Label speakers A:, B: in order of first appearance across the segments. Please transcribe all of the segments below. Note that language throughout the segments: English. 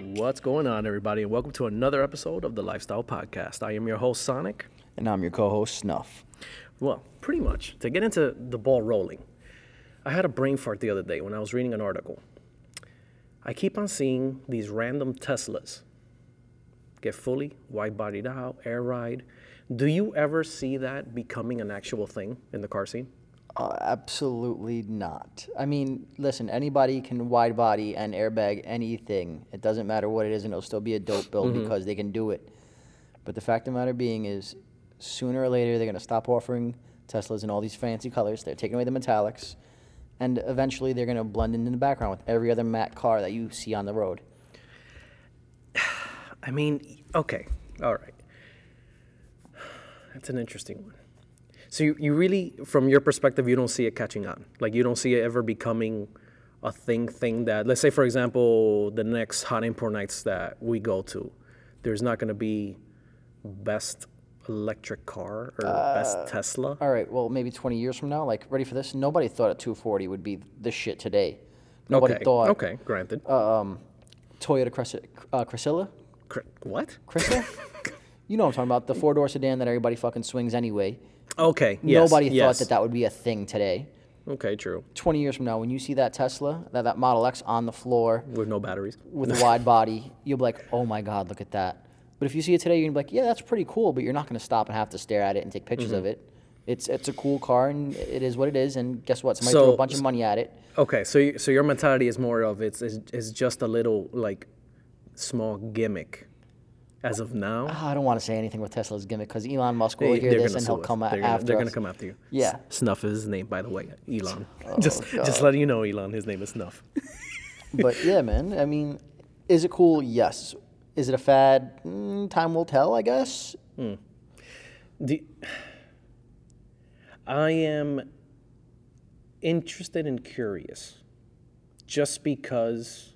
A: What's going on, everybody, and welcome to another episode of the Lifestyle Podcast. I am your host, Sonic.
B: And I'm your co host, Snuff.
A: Well, pretty much. To get into the ball rolling, I had a brain fart the other day when I was reading an article. I keep on seeing these random Teslas get fully wide bodied out, air ride. Do you ever see that becoming an actual thing in the car scene?
B: Uh, absolutely not. I mean, listen, anybody can wide body and airbag anything. It doesn't matter what it is, and it'll still be a dope build because they can do it. But the fact of the matter being is, sooner or later, they're going to stop offering Teslas in all these fancy colors. They're taking away the metallics, and eventually, they're going to blend in, in the background with every other matte car that you see on the road.
A: I mean, okay, all right. That's an interesting one. So you, you really, from your perspective, you don't see it catching on. Like you don't see it ever becoming a thing. Thing that, let's say, for example, the next hot import nights that we go to, there's not going to be best electric car or
B: Uh,
A: best Tesla.
B: All right, well, maybe 20 years from now, like, ready for this? Nobody thought a 240 would be the shit today. Nobody
A: okay.
B: thought Uh,
A: Okay, granted.
B: um, Toyota Cressa, uh, Cressilla?
A: Cr- what?
B: Crystal? you know what I'm talking about. The four door sedan that everybody fucking swings anyway.
A: Okay. Yes,
B: Nobody
A: yes.
B: thought that that would be a thing today.
A: Okay, true.
B: 20 years from now, when you see that Tesla, that, that Model X on the floor
A: With no batteries.
B: with a wide body, you'll be like, oh my God, look at that. But if you see it today, you're going to be like, yeah, that's pretty cool, but you're not going to stop and have to stare at it and take pictures
A: Mm-hmm.
B: of it. It's, it's a cool car and it is what it is. And guess what? Somebody threw
A: So-
B: a bunch of money at it.
A: Okay, so you, so your mentality is more of it's, it's it's just a little like small gimmick, as of now.
B: Ah, I don't want to say anything with Tesla's gimmick because Elon Musk will
A: They-
B: hear
A: they're
B: this
A: gonna
B: and he'll
A: sue us.
B: come a-
A: they're gonna,
B: after
A: They're gonna
B: us.
A: come after you.
B: Yeah. Oh,
A: S- Snuff is his name, by the way. Elon. just just letting you know, Elon. His name is Snuff.
B: but yeah, man. I mean, is it cool? Yes. Is it a fad? Mm, time will tell, I guess.
A: The, I am interested and curious just because,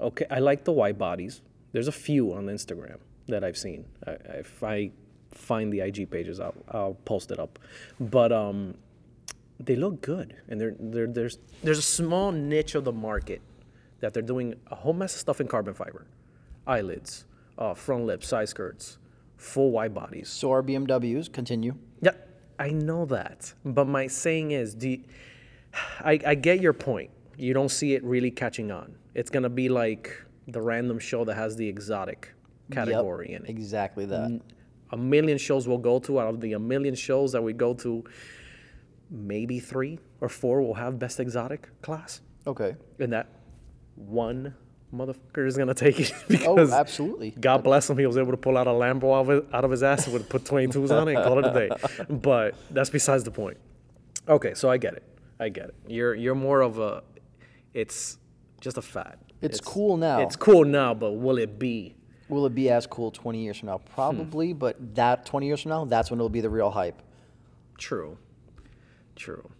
A: okay, I like the wide bodies. There's a few on Instagram that I've seen. I, if I find the IG pages, I'll, I'll post it up. But um, they look good. And they're, they're, there's, there's a small niche of the market that they're doing a whole mess of stuff in carbon fiber eyelids, uh, front lips, side skirts, full wide bodies.
B: So our BMWs continue.
A: Yeah, I know that. But my saying is, do you- I, I get your point. You don't see it really catching on. It's gonna be like the random show that has the exotic
B: Yep,
A: category Mm. in it.
B: Exactly that.
A: A million shows we'll go to out of the a million shows that we go to, maybe three or four will have best exotic class,
B: Okay.
A: and that one motherfucker is gonna take it
B: Oh,
A: because
B: absolutely.
A: God bless him. He was able to pull out a Lambo out of, out of his ass and would put 22s on it and call it a day. But that's besides the point. Okay, so I get it. I get it. You're you're more of a. It's just a fad.
B: It's, cool now.
A: It's cool now, but will it be?
B: Will it be as cool 20 years from now?
A: Hmm.
B: Probably, but that 20 years from now, that's when it'll be the real hype.
A: True. True.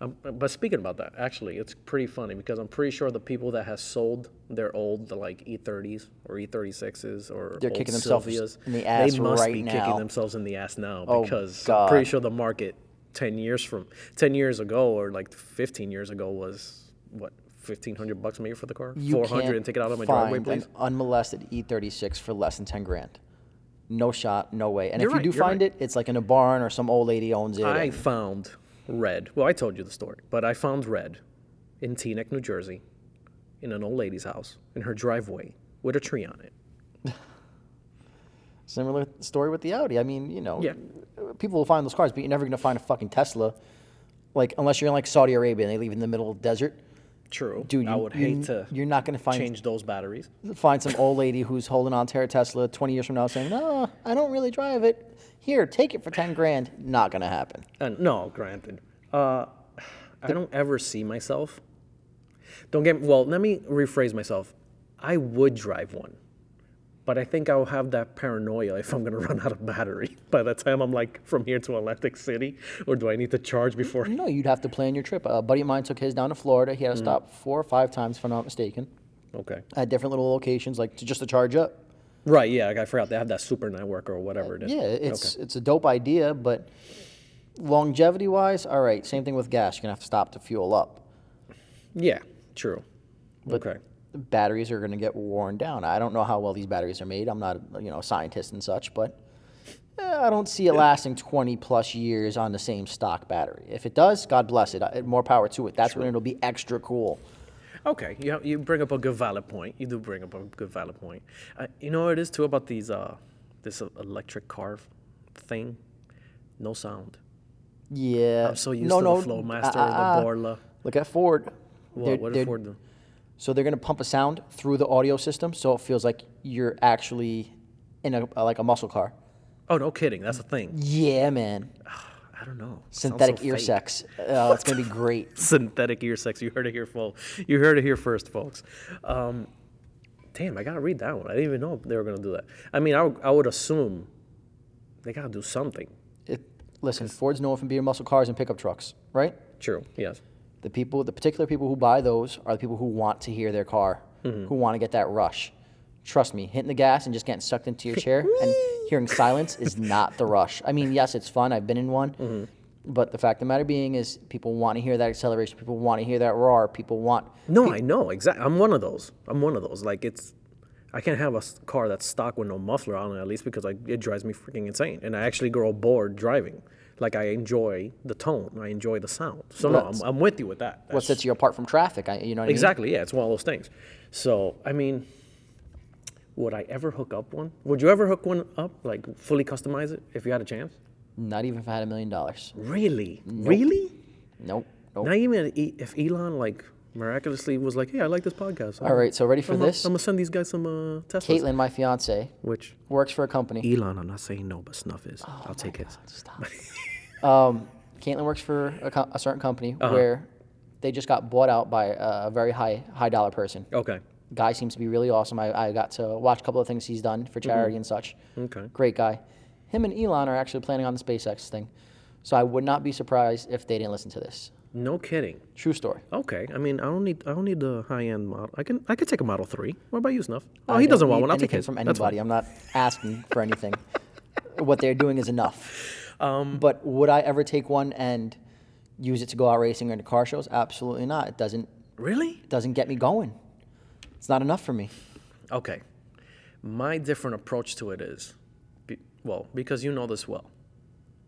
A: Um, but speaking about that, actually, it's pretty funny because I'm pretty sure the people that has sold their old like E30s or E36s or
B: They're
A: old
B: kicking themselves
A: Silvias,
B: in the ass
A: they must
B: right
A: be kicking
B: now.
A: themselves in the ass now
B: Oh,
A: because I'm pretty
B: God.
A: sure the market 10 years from 10 years ago or like 15 years ago was what 1500 bucks maybe for the car
B: You
A: 400
B: can't
A: and take it out of my
B: find
A: driveway please
B: an unmolested E36 for less than 10 grand. No shot, no way. And
A: You're
B: if you
A: right,
B: do
A: you're
B: find
A: right.
B: it, it's like in a barn or some old lady owns it.
A: I
B: and-
A: found red. Well, I told you the story, but I found red in Teaneck, New Jersey, in an old lady's house in her driveway with a tree on it.
B: Similar story with the Audi. I mean, you know,
A: Yeah.
B: people will find those cars, but you're never going to find a fucking Tesla, like unless you're in like Saudi Arabia and they leave in the middle of the desert.
A: True.
B: Dude,
A: I
B: you-
A: would
B: you-
A: hate to
B: You're not going to find
A: change those batteries.
B: find some old lady who's holding on to her Tesla 20 years from now saying, "No, I don't really drive it. Here, take it for 10 grand." Not going to happen.
A: And no, granted, uh, I don't ever see myself. Don't get well. Let me rephrase myself. I would drive one, but I think I'll have that paranoia if I'm gonna run out of battery by the time I'm like from here to Atlantic City, or do I need to charge before?
B: No, you'd have to plan your trip. A buddy of mine took his down to Florida. He had
A: Mm.
B: to stop four or five times, if I'm not mistaken,
A: Okay.
B: at different little locations, like to, just to charge up.
A: Right, yeah, like I forgot they have that super network or whatever it is.
B: Yeah, it's it's a dope idea, but longevity wise, all right. Same thing with gas. You're gonna have to stop to fuel up.
A: Yeah, true. okay.
B: batteries are going to get worn down. I don't know how well these batteries are made. I'm not, you know, a scientist and such, but eh, I don't see it lasting 20 plus years on the same stock battery. If it does, God bless it. I- More power to it. That's when it'll be extra cool.
A: Okay, you, you bring up a good valid point. You do bring up a good valid point. Uh, you know what it is too about these uh, this uh, electric car thing? No sound.
B: Yeah.
A: I'm so used to the Flowmaster,
B: uh-uh.
A: the Borla.
B: Look at Ford.
A: What,
B: They're-
A: what
B: they're-
A: did Ford do?
B: So they're going to pump a sound through the audio system, so it feels like you're actually in a like a muscle car.
A: Oh, no kidding. That's a thing.
B: Yeah, man.
A: I don't know. Sounds so
B: Synthetic ear
A: fake.
B: sex. Uh, it's going to be great.
A: Synthetic ear sex. You heard it here, folks. You heard it here first, folks. Um, damn, I gotta read that one. I didn't even know they were gonna do that. I mean, I would- I would assume they gotta do something.
B: It, listen, Ford's known for being muscle cars and pickup trucks, right?
A: True. Yes.
B: The people, the particular people who buy those are the people who want to hear their car, who want to get that rush. Trust me, hitting the gas and just getting sucked into your chair and hearing silence is not the rush. I mean, yes, it's fun. I've been in one. But the fact of the matter being is people want to hear that acceleration. People want to hear that roar. People want
A: No, I know exactly. I'm one of those. I'm one of those. Like it's, I can't have a s- car that's stock with no muffler on it at least because like it drives me freaking insane, and I actually grow bored driving. Like I enjoy the tone, I enjoy the sound. So no, I'm, I'm with you with that.
B: what
A: That's-
B: sets you apart from traffic. I, you know what
A: Exactly. Yeah, it's one of those things. So I mean, would I ever hook up one? Would you ever hook one up, like fully customize it, if you had a chance?
B: I mean? Not even if I had a million dollars.
A: Really? Really?
B: Nope. Nope.
A: Not even i- if Elon like miraculously was like, "Hey, I like this podcast."
B: All right, so ready for
A: I'm
B: this?
A: I'm gonna send these guys some uh, Teslas.
B: Caitlin, my fiance,
A: Which
B: works for a company.
A: Elon, I'm not saying no, but snuff is.
B: Oh
A: I'll take his.
B: Stop. um, Caitlin works for a, co- a certain company where they just got bought out by a very high high dollar person.
A: Okay.
B: Guy seems to be really awesome. I, I got to watch a couple of things he's done for charity and such.
A: Okay.
B: Great guy. Him and Elon are actually planning on the SpaceX thing. So I would not be surprised if they didn't listen to this.
A: No kidding.
B: True story.
A: Okay. I mean, I don't need. I don't need the high end model. I can. I could take a Model Three. What about you, Snuff? Oh,
B: I
A: he
B: don't
A: doesn't want
B: need
A: one. I'll take
B: anything
A: his.
B: from
A: That's fine.
B: anybody. I'm not asking for anything. what they're doing is enough.
A: Um,
B: but would I ever take one and use it to go out racing or to car shows? Absolutely not. It doesn't
A: Really?
B: doesn't get me going. It's not enough for me.
A: Okay. My different approach to it is, be, well, because you know this well,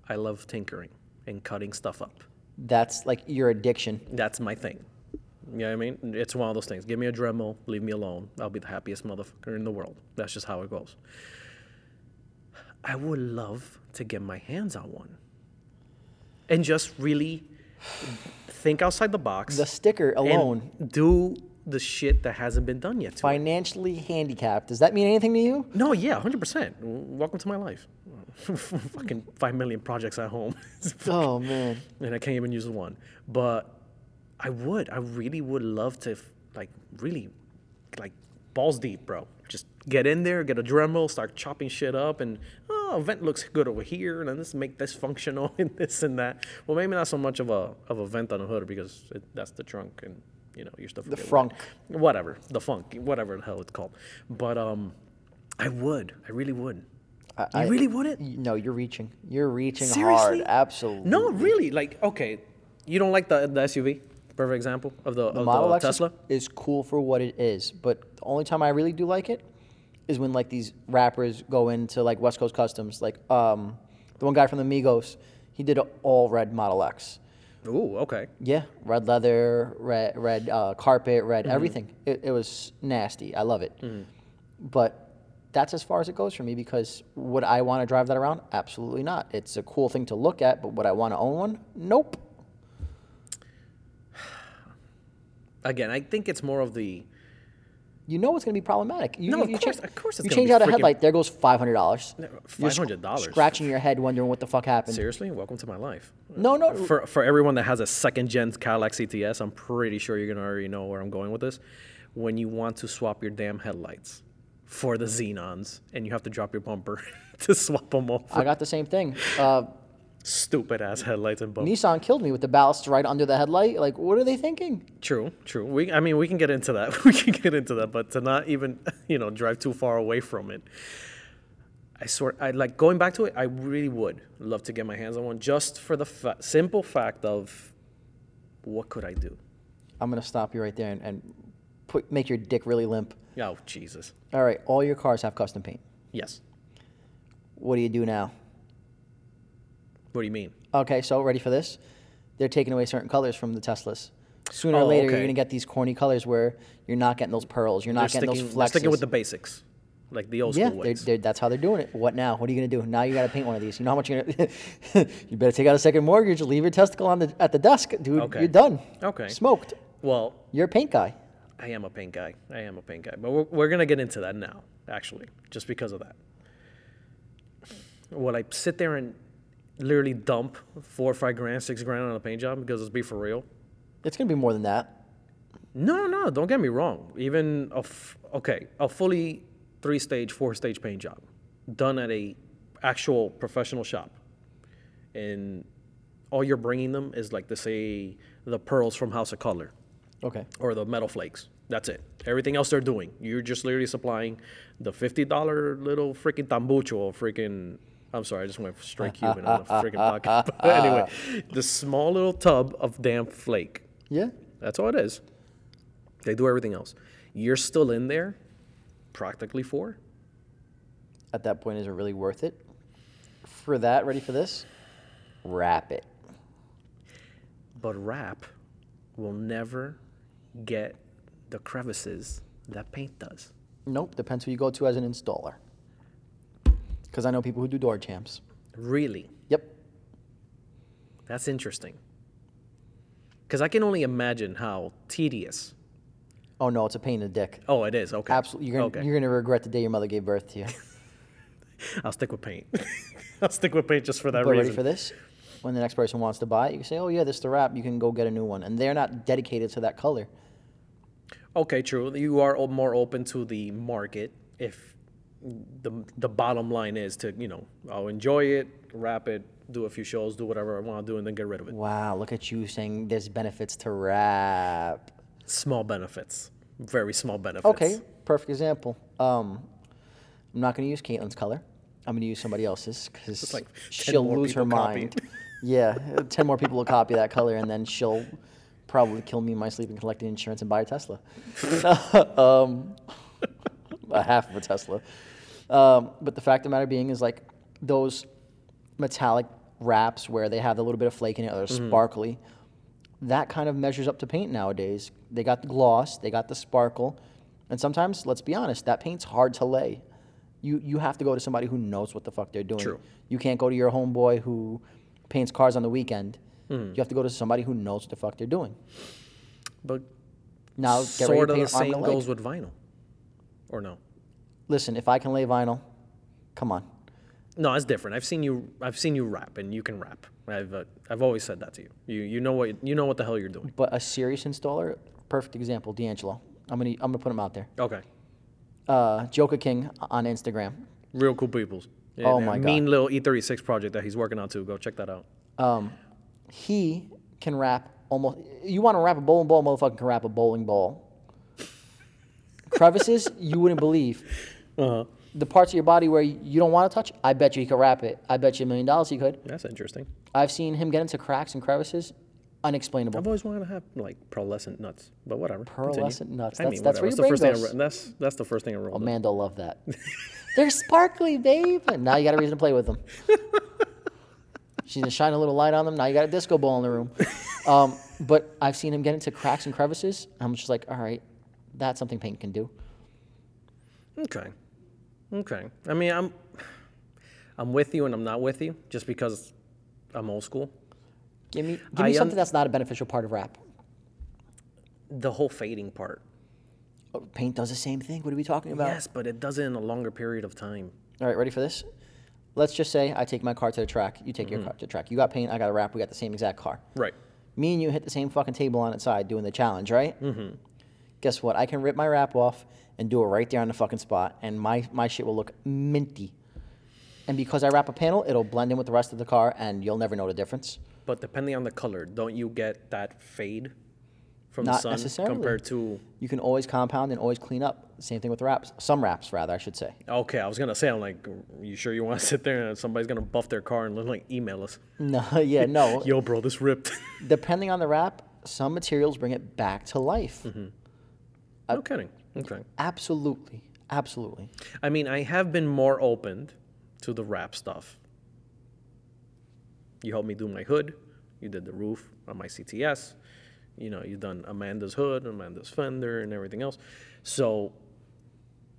A: I love tinkering and cutting stuff up.
B: That's like your addiction.
A: That's my thing. You know what I mean? It's one of those things. Give me a Dremel, leave me alone. I'll be the happiest motherfucker in the world. That's just how it goes. I would love to get my hands on one and just really think outside the box.
B: The sticker
A: and
B: alone,
A: do the shit that hasn't been done yet. to it.
B: financially handicapped. Does that mean anything to you?
A: No, yeah, hundred percent. Welcome to my life. Fucking five million projects at home,
B: Oh man.
A: and I can't even use one. But I would, I really would love to, like, really, like, balls deep, bro. Just get in there, get a Dremel, start chopping shit up, and oh, a vent looks good over here, and then let's make this functional and this and that. Well, maybe not so much of a of a vent on a hood because it, that's the trunk, and you know your stuff. The
B: frunk.
A: whatever, the funk, whatever the hell it's called. But um, I would, I really would.
B: I-
A: you
B: I-
A: really wouldn't?
B: You- No, you're reaching. You're reaching
A: Seriously?
B: hard. Absolutely.
A: No, really. Like, okay, you don't like the, the SUV? Perfect example of the, of
B: Model
A: the
B: X is-
A: Tesla.
B: is cool for what it is, but the only time I really do like it is when like these rappers go into like West Coast Customs, like um, the one guy from the Migos, he did an all red Model X.
A: Ooh, okay.
B: Yeah, red leather, red red uh, carpet, red
A: Mm-hmm.
B: everything. It, it was nasty. I love it, but that's as far as it goes for me because would I want to drive that around? Absolutely not. It's a cool thing to look at, but would I want to own one? Nope.
A: Again, I think it's more of the
B: you know it's going to be problematic. You,
A: No,
B: you,
A: of
B: you
A: course-
B: change,
A: of course it's
B: you
A: gonna
B: change
A: be
B: out a
A: freaking-
B: headlight. There goes five hundred dollars.
A: five hundred dollars.
B: Scratching your head, wondering what the fuck happened.
A: Seriously, welcome to my life.
B: No, no.
A: For for everyone that has a second gen Cadillac CTS, I'm pretty sure you're gonna already know where I'm going with this. When you want to swap your damn headlights for the Xenons, and you have to drop your bumper to swap them over.
B: I got the same thing. Uh,
A: Stupid ass headlights and bumpers.
B: Nissan killed me with the ballast right under the headlight. Like, what are they thinking?
A: True, true. We, I mean, we can get into that. We can get into that, but to not even, you know, drive too far away from it. I swear, I like going back to it. I really would love to get my hands on one, just for the fa- simple fact of what could I do?
B: I'm going to stop you right there and, and put make your dick really limp.
A: Oh Jesus.
B: All right, all your cars have custom paint.
A: Yes.
B: What do you do now?
A: What do you mean?
B: Okay, so ready for this? They're taking away certain colors from the Teslas. Sooner or
A: Oh,
B: later,
A: okay.
B: you're gonna get these corny colors where you're not getting those pearls. You're
A: They're
B: not getting
A: sticking,
B: those
A: they're
B: flexes.
A: sticking with the basics, like the old
B: yeah,
A: school
B: they're,
A: ways.
B: they're, that's how they're doing it. What now? What are you gonna do? Now you gotta paint one of these. You know how much you're gonna. you better take out a second mortgage. Leave your testicle on the at the desk, dude.
A: Okay.
B: You're done.
A: Okay.
B: Smoked.
A: well,
B: You're a paint guy.
A: I am a paint guy. I am a paint guy. But we're, we're going to get into that now, actually, just because of that. Would I sit there and literally dump four or five grand, six grand on a paint job because let's be for real?
B: It's gonna be more than that.
A: No, no, don't get me wrong. Even a f- okay, a fully three stage, four stage paint job done at a actual professional shop, and all you're bringing them is like to say the pearls from House of Color
B: Okay.
A: or the metal flakes. That's it. Everything else they're doing, you're just literally supplying the fifty dollar little freaking tambucho or freaking. I'm sorry, I just went straight Cuban on the freaking pocket. But anyway, the small little tub of damn flake.
B: Yeah.
A: That's all it is. They do everything else. You're still in there, practically for.
B: At that point, is it really worth it? For that, ready for this? Wrap it.
A: But rap will never get the crevices that paint does.
B: Nope. Depends who you go to as an installer. Because I know people who do door jams.
A: Really,
B: Yep.
A: that's interesting. Because I can only imagine how tedious.
B: Oh no, it's a pain in the dick.
A: Oh, it is. Okay.
B: Absolutely, you're gonna,
A: okay.
B: you're gonna regret the day your mother gave birth to you.
A: I'll stick with paint. I'll stick with paint just for that
B: but
A: reason.
B: ready for this? When the next person wants to buy it, you can say, "Oh yeah, this is the wrap." You can go get a new one, and they're not dedicated to that color.
A: Okay, true. You are o- more open to the market if the the bottom line is to you know I'll enjoy it, wrap it, do a few shows, do whatever I want to do, and then get rid of it.
B: Wow, look at you saying there's benefits to wrap.
A: Small benefits, very small benefits.
B: Okay, perfect example. Um, I'm not gonna use Caitlin's color. I'm gonna use somebody else's because
A: like 10
B: she'll
A: more
B: lose her
A: people copy
B: mind. yeah, ten more people will copy that color, and then she'll probably kill me in my sleep and collect the insurance and buy a Tesla. um, a half of a Tesla. Um, but the fact of the matter being is like those metallic wraps where they have a little bit of flake in it or
A: Mm-hmm.
B: sparkly. That kind of measures up to paint nowadays. They got the gloss, they got the sparkle, and sometimes, let's be honest, that paint's hard to lay. You you have to go to somebody who knows what the fuck they're doing.
A: True.
B: You can't go to your homeboy who paints cars on the weekend.
A: Hmm.
B: You have to go to somebody who knows what the fuck they're doing.
A: but
B: Now, get ready
A: sort
B: to
A: of the
B: paint an arm and
A: same
B: a leg.
A: goes with vinyl, or no?
B: Listen, if I can lay vinyl, come on.
A: No, it's different. I've seen you. I've seen you rap, and you can rap. I've uh, I've always said that to you. You you know what you know what the hell you're doing.
B: But a serious installer, perfect example, D'Angelo. I'm gonna I'm gonna put him out there.
A: Okay,
B: Uh, Joker King on Instagram.
A: real cool peoples. uh,
B: Oh my God.
A: Mean little E36 project that he's working on too. Go check that out.
B: Um, he can wrap almost. You want to wrap a bowling ball, motherfucker can wrap a bowling ball. Crevices, you wouldn't believe.
A: Uh huh.
B: The parts of your body where you don't want to touch, I bet you he could wrap it. I bet you a million dollars he could.
A: That's interesting.
B: I've seen him get into cracks and crevices, unexplainable.
A: I've always wanted to have like pearlescent nuts, but whatever. continue.
B: Pearlescent nuts.
A: I
B: That's-
A: mean,
B: that's
A: whatever.
B: where
A: It's
B: your
A: the first
B: brain
A: thing I
B: goes.
A: re- that's that's the first thing I rolled. up.
B: Amanda love that. They're sparkly, babe. Now you got a reason to play with them. She's gonna shine a little light on them. Now you got a disco ball in the room. Um, but I've seen him get into cracks and crevices. I'm just like, all right, that's something paint can do.
A: Okay. Okay. I mean, I'm I'm with you and I'm not with you just because I'm old school.
B: Give me, give
A: I
B: me
A: un-
B: something that's not a beneficial part of rap.
A: The whole fading part.
B: Oh, Paint does the same thing. What are we talking about?
A: Yes, but it does it in a longer period of time.
B: All right, ready for this? Let's just say I take my car to the track. You take your car to the track. You got paint. I got a wrap. We got the same exact car.
A: Right.
B: me and you hit the same fucking table on its side doing the challenge, right? Mm-hmm. Guess what? I can rip my wrap off and do it right there on the fucking spot, and my, my shit will look minty. And because I wrap a panel, it'll blend in with the rest of the car, and you'll never know the difference.
A: But depending on the color, don't you get that fade from
B: Not
A: the sun
B: necessarily.
A: compared to?
B: You can always compound and always clean up. Same thing with wraps. Some wraps, rather, I should say.
A: Okay, I was gonna say, I'm like, you sure you want to sit there and somebody's gonna buff their car and then like email us?
B: No, yeah, no.
A: Yo, bro, this ripped. Mm-hmm.
B: Depending on the wrap, some materials bring it back to life.
A: No kidding. Okay.
B: Absolutely. Absolutely.
A: I mean, I have been more opened to the rap stuff. You helped me do my hood. You did the roof on my CTS. You know, you've done Amanda's hood, Amanda's fender, and everything else. So,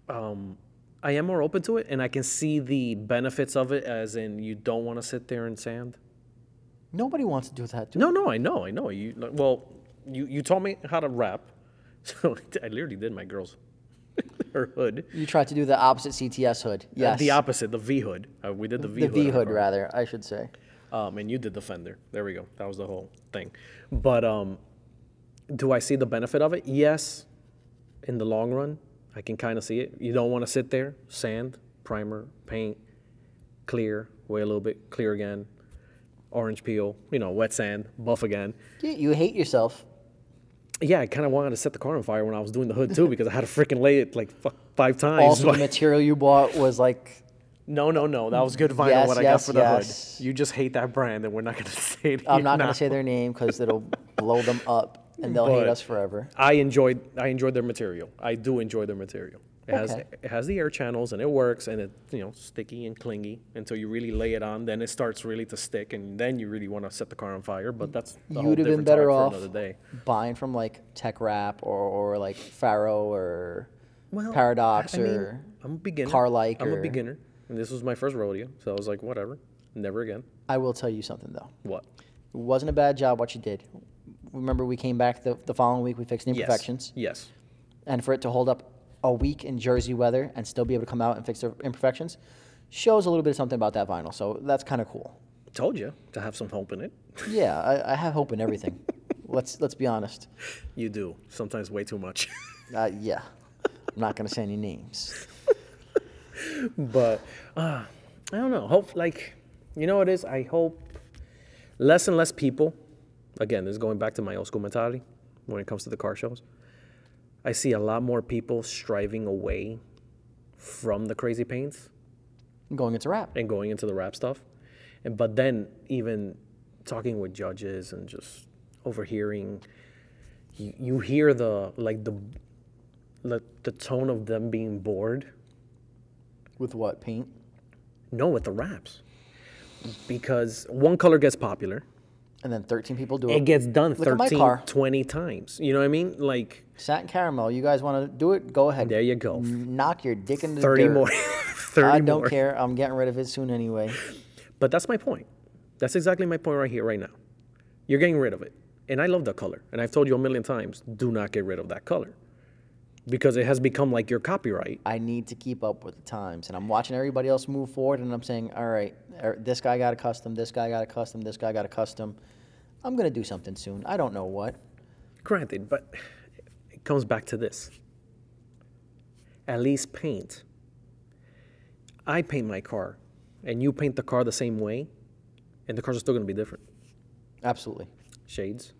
A: um, I am more open to it, and I can see the benefits of it, as in you don't want to sit there and sand.
B: Nobody wants to do that. Dude.
A: No, no, I know, I know. You like, well, you you taught me how to rap, so I literally did my girl's her hood.
B: You tried to do the opposite CTS hood.
A: Uh,
B: Yes.
A: The opposite, the V hood. Uh, we did the V
B: the
A: hood.
B: V
A: on
B: hood,
A: her.
B: rather, I should say.
A: Um, and you did the fender. There we go. That was the whole thing. But um, do I see the benefit of it? Yes. In the long run, I can kind of see it. You don't want to sit there, sand, primer, paint, clear, wait a little bit, clear again, orange peel, you know, wet sand, buff again.
B: You, you hate yourself.
A: Yeah, I kind of wanted to set the car on fire when I was doing the hood too because I had to freaking lay it like f- five times.
B: Also, the
A: Like-
B: material you bought was like
A: No, no, no. That was good vinyl.
B: Yes,
A: what I
B: yes,
A: got for the
B: yes.
A: hood. You just hate that brand, and we're not gonna say it.
B: I'm
A: here
B: not
A: now.
B: gonna say their name because it'll blow them up and they'll hate
A: But-
B: us forever.
A: I enjoyed. I enjoyed their material. I do enjoy their material. It has
B: Okay.
A: it has the air channels and it works and it you know sticky and clingy until you really lay it on. Then it starts really to stick and then you really want to set the car on fire. But that's a whole
B: You'd have been
A: different
B: better
A: topic
B: off
A: for another day.
B: buying from like Tech Rap or, or like Faro or
A: Well,
B: Paradox
A: I mean,
B: or
A: I'm a beginner.
B: Car-like
A: I'm
B: or-
A: a beginner, and this was my first rodeo, so I was like, whatever, never again.
B: I will tell you something though.
A: What?
B: It wasn't a bad job what you did. Remember, we came back the, the following week, we fixed the imperfections.
A: Yes. yes.
B: And for it to hold up a week in Jersey weather and still be able to come out and fix the imperfections shows a little bit of something about that vinyl. So that's kind of cool.
A: Told you to have some hope in it.
B: Yeah, I, I have hope in everything. let's, let's be honest.
A: You do sometimes way too much,
B: Uh, yeah, I'm not going to say any names.
A: but uh, I don't know. Hope like you know what it is. I hope less and less people. Again, this is going back to my old school mentality when it comes to the car shows. I see a lot more people striving away from the crazy paints
B: I'm going into rap.
A: and going into the rap stuff, and but then even talking with judges and just overhearing, you, you hear the like the the the tone of them being bored.
B: With what? Paint?
A: No, with the wraps. Because one color gets popular.
B: And then 13 people do
A: It
B: it.
A: gets done
B: Look at my
A: 13,
B: car.
A: 20 times. You know what I mean? Like,
B: Satin caramel. You guys want to do it? Go ahead.
A: there you go.
B: Knock your dick into the
A: 30
B: dirt.
A: more. 30
B: I don't
A: more.
B: care. I'm getting rid of it soon anyway.
A: But that's my point. That's exactly my point right here, right now. You're getting rid of it. And I love that color. And I've told you a million times do not get rid of that color because it has become like your copyright.
B: I need to keep up with the times, and I'm watching everybody else move forward, and I'm saying, all right, er, this guy got a custom, this guy got a custom, this guy got a custom. I'm gonna do something soon. I don't know what.
A: Granted, but it comes back to this. At least paint. I paint my car, and you paint the car the same way, and the cars are still going to be different.
B: Absolutely.
A: Shades,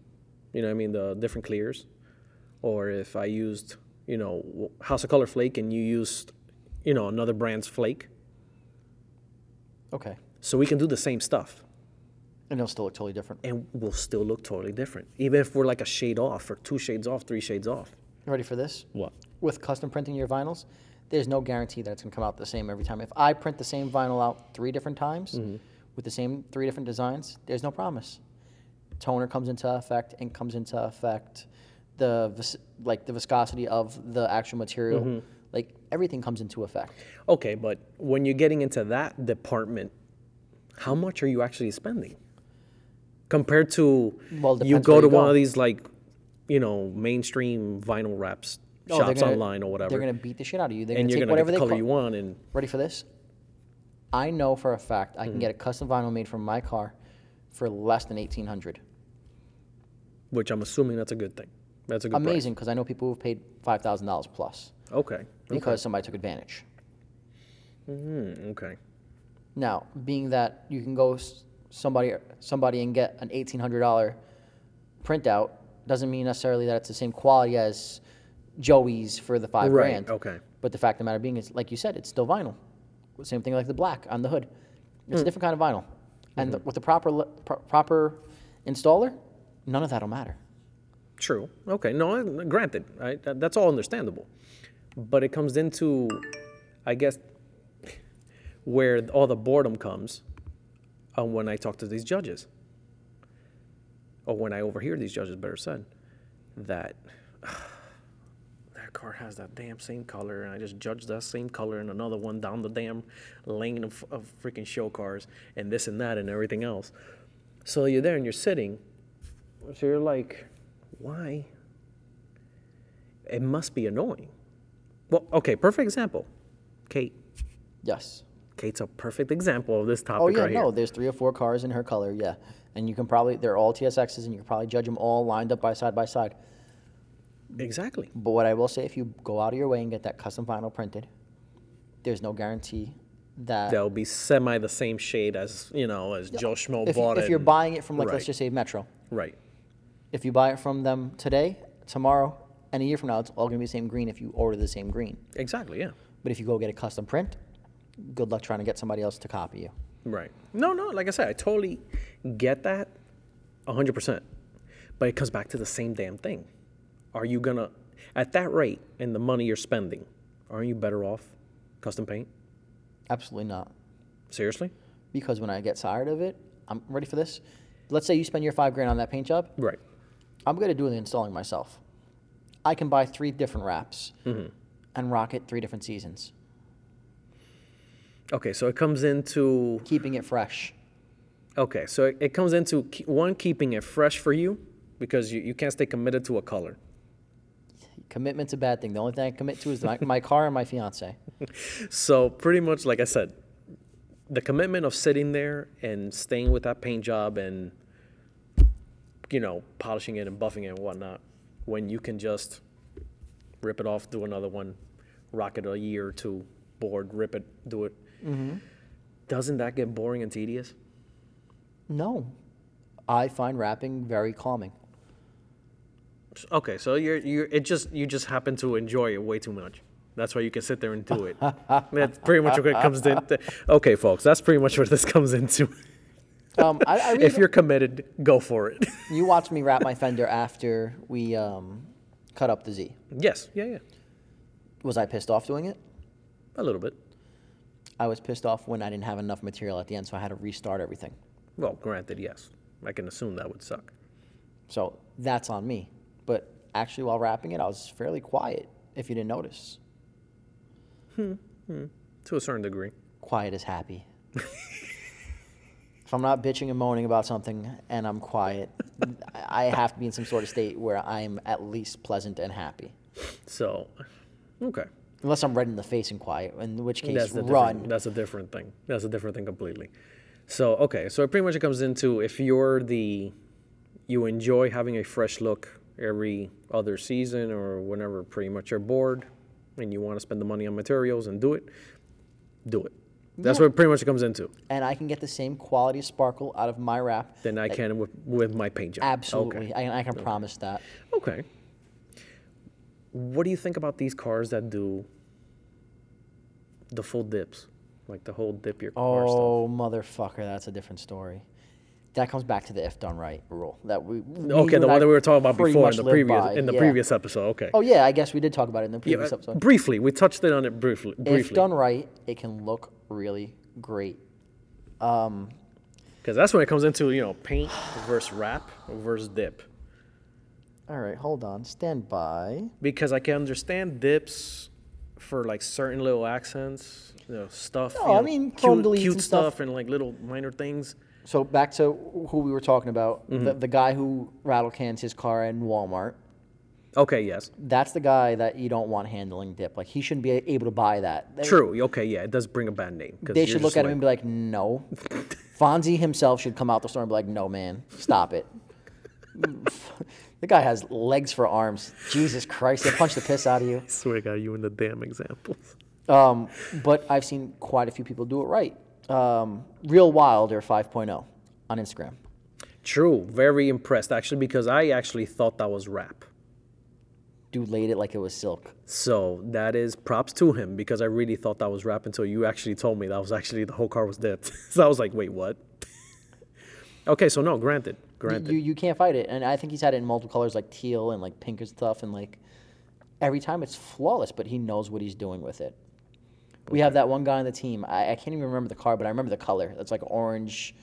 A: you know what I mean? The different clears. Or if I used, you know, w- House of Color flake and you used, you know, another brand's flake.
B: Okay.
A: So we can do the same stuff,
B: And it'll still look totally different.
A: and we'll still look totally different. Even if we're like a shade off, or two shades off, three shades off.
B: You ready for this?
A: What?
B: With custom printing your vinyls, there's no guarantee that it's gonna come out the same every time. If I print the same vinyl out three different times
A: Mm-hmm.
B: with the same three different designs, there's no promise. Toner comes into effect, ink comes into effect, the vis- like the viscosity of the actual material,
A: Mm-hmm.
B: like everything comes into effect.
A: Okay, but when you're getting into that department, how much are you actually spending compared to
B: Well, it
A: you
B: depends
A: go
B: where
A: to
B: you
A: one
B: go.
A: of these like you know mainstream vinyl wraps
B: Oh, they're
A: shops
B: gonna-
A: online or whatever,
B: They're gonna beat the shit out of you. They're
A: and
B: gonna
A: you're
B: take
A: gonna
B: whatever
A: get the
B: they
A: color
B: call-
A: you want. And
B: Ready for this? I know for a fact I
A: Mm-hmm.
B: can get a custom vinyl made from my car for less than eighteen hundred.
A: which I'm assuming that's a good thing. That's a good price.
B: Amazing, because I know people who've paid five thousand dollars plus
A: Okay.
B: because somebody took advantage.
A: Mm, okay.
B: Now, being that you can go s- somebody somebody and get an eighteen hundred dollar printout doesn't mean necessarily that it's the same quality as Joey's for the five
A: Right,
B: grand.
A: okay.
B: But the fact of the matter being is, like you said, it's still vinyl. Same thing like the black on the hood.
A: Hmm.
B: It's a different kind of vinyl,
A: Mm-hmm.
B: and the, with the proper le- pro- proper installer, none of that'll matter.
A: True. Okay. No, I- granted, I, that- that's all understandable. But it comes into, I guess, where all the boredom comes uh, when I talk to these judges. Or when I overhear these judges, better said, that that car has that damn same color, and I just judged that same color and another one down the damn lane of, of freaking show cars and this and that and everything else. So you're there and you're sitting, so you're like, why? It must be annoying. Well, okay, perfect example. Kate.
B: Yes.
A: Kate's a perfect example of this topic
B: Oh yeah,
A: right
B: no.
A: here.
B: There's three or four cars in her color. Yeah, and you can probably they're all TSXs, and you can probably judge them all lined up by side by side.
A: Exactly.
B: But what I will say, if you go out of your way and get that custom vinyl printed, there's no guarantee that
A: That'll be semi the same shade as, you know, as Joe Schmo
B: if, you-
A: bought it.
B: if you're
A: and-
B: buying it from like
A: right.
B: let's just say Metro,
A: Right.
B: if you buy it from them today, tomorrow, and a year from now, it's all gonna be the same green if you order the same green.
A: Exactly, yeah.
B: But if you go get a custom print, good luck trying to get somebody else to copy you.
A: Right. No, no, like I said, I totally get that 100%. But it comes back to the same damn thing. Are you going to, at that rate and the money you're spending, aren't you better off custom paint?
B: Absolutely not.
A: Seriously?
B: Because when I get tired of it, I'm ready for this. Let's say you spend your five grand on that paint job.
A: Right.
B: I'm going to do the installing myself. I can buy three different wraps
A: Mm-hmm.
B: and rock it three different seasons,
A: Okay, so it comes into,
B: keeping it fresh.
A: okay, so it, it comes into ke- one, keeping it fresh for you because you, you can't stay committed to a color.
B: Commitment's a bad thing. The only thing I commit to is my, my car and my fiance.
A: So pretty much, like I said, the commitment of sitting there and staying with that paint job and you know polishing it and buffing it and whatnot, when you can just rip it off, do another one, rock it a year or two, board, rip it, do it. Doesn't that get boring and tedious?
B: No, I find wrapping very calming.
A: Okay, so you're you are it just you just happen to enjoy it way too much. That's why you can sit there and do it. that's pretty much what it comes in. Okay, folks, that's pretty much what this comes into.
B: Um, I, I really
A: if you're committed, go for it.
B: don't- you watched me wrap my fender after we um, cut up the Z.
A: yes, yeah, yeah,
B: Was I pissed off doing it?
A: a little bit.
B: I was pissed off when I didn't have enough material at the end, so I had to restart everything.
A: Well, granted, yes, I can assume that would suck.
B: So that's on me. But actually, while wrapping it, I was fairly quiet, if you didn't notice.
A: To a certain degree,
B: Quiet is happy. if I'm not bitching and moaning about something and I'm quiet, I I have to be in some sort of state where I'm at least pleasant and happy.
A: so okay.
B: Unless I'm red in the face and quiet, in which case,
A: That's a
B: run.
A: Different, that's a different thing. That's a different thing completely. So okay, so it pretty much it comes into if you're the you enjoy having a fresh look every other season or whenever pretty much you're bored and you want to spend the money on materials and do it, do it. That's what it pretty much comes into.
B: And I can get the same quality sparkle out of my wrap.
A: Then I can with, with my paint job. Okay.
B: Absolutely. I, I can promise that.
A: Okay. What do you think about these cars that do the full dips? Like the whole dip your car
B: Oh, motherfucker, that's a different story. That comes back to the if done right rule that we.
A: stuff. Okay, the one that we were talking about before in the previous in the
B: previous.
A: previous episode. Okay.
B: Oh yeah, I guess we did talk about it in the
A: Yeah,
B: previous
A: uh,
B: episode.
A: Briefly, we touched it on it briefly.
B: If
A: Briefly,
B: done right, it can look really great. Um,
A: because that's when it comes into you know paint versus wrap versus dip.
B: all right, hold on, stand by.
A: Because I can understand dips for like certain little accents, you know, stuff.
B: No,
A: you
B: I
A: know,
B: mean, chrome
A: cute,
B: deletes
A: cute
B: and stuff.
A: stuff and like little minor things.
B: So back to who we were talking about, the,
A: Mm-hmm.
B: the guy who rattle cans his car in Walmart.
A: Okay. Yes.
B: That's the guy that you don't want handling dip. Like he shouldn't be able to buy that. They,
A: True. Okay. Yeah. It does bring a bad name. 'cause
B: they
A: you're
B: should
A: just
B: look at
A: like-
B: him and be like, no. Fonzie himself should come out the store and be like, no, man, stop it. the guy has legs for arms. Jesus Christ, they punch the piss out of you.
A: swear to God, you in the damn examples.
B: Um, but I've seen quite a few people do it right. Um, Real Wilder 5.0 on Instagram.
A: True. Very impressed, actually, because I actually thought that was rap.
B: Dude laid it like it was silk.
A: So that is props to him because I really thought that was rap until you actually told me that was actually the whole car was dipped. so I was like, wait, what? okay, so no, granted, Granted.
B: You you can't fight it, and I think he's had it in multiple colors like teal and like pink and stuff, and like every time it's flawless. But he knows what he's doing with it. We have that one guy on the team. I, I can't even remember the car, but I remember the color. It's like orange,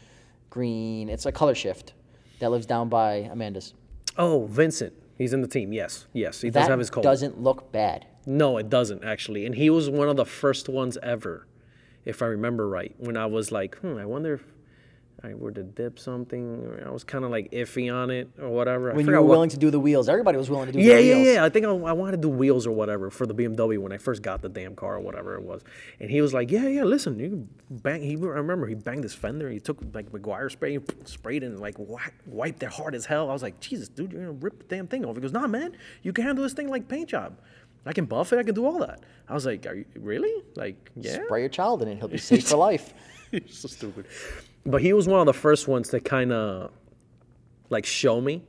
B: green. It's a color shift that lives down by Amanda's.
A: Oh, Vincent. He's in the team. Yes. Yes. He does
B: that
A: have his code.
B: doesn't look bad.
A: No, it doesn't actually. And he was one of the first ones ever, if I remember right. When I was like, hmm, I wonder if I were to dip something. or I was kind of like iffy on it or whatever. I
B: When you
A: forgot
B: were
A: what-
B: willing to do the wheels, everybody was willing to do
A: yeah,
B: the
A: yeah,
B: wheels.
A: yeah. I think I, I wanted to do wheels or whatever for the BMW when I first got the damn car or whatever it was. And he was like, "Yeah, yeah, listen, you can bang." He, I remember he banged his fender. He took like McGuire spray, sprayed it, and like whack, wiped it hard as hell. I was like, "Jesus, dude, you're gonna rip the damn thing off." He goes, "Nah, man, you can handle this thing like paint job. I can buff it. I can do all that." I was like, "Are you really? Like, yeah."
B: Spray your child in it; he'll be safe for life.
A: You're so stupid. But he was one of the first ones to kind of like show me.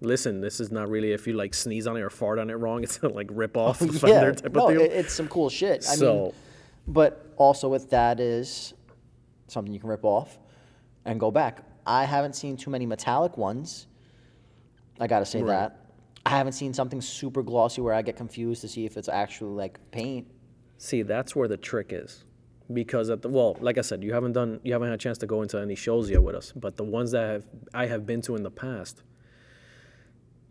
A: Listen, this is not really if you like sneeze on it or fart on it wrong, it's gonna like rip off the fender
B: Oh, yeah,
A: type of
B: no,
A: deal.
B: it- it's some cool shit. I mean,
A: So-
B: but also with that is something you can rip off and go back. I haven't seen too many metallic ones. I gotta say that. I haven't seen something super glossy where I get confused to see if it's actually like paint.
A: See, that's where the trick is. Because at the well, like I said, you haven't done you haven't had a chance to go into any shows yet with us, but the ones that have I have been to in the past,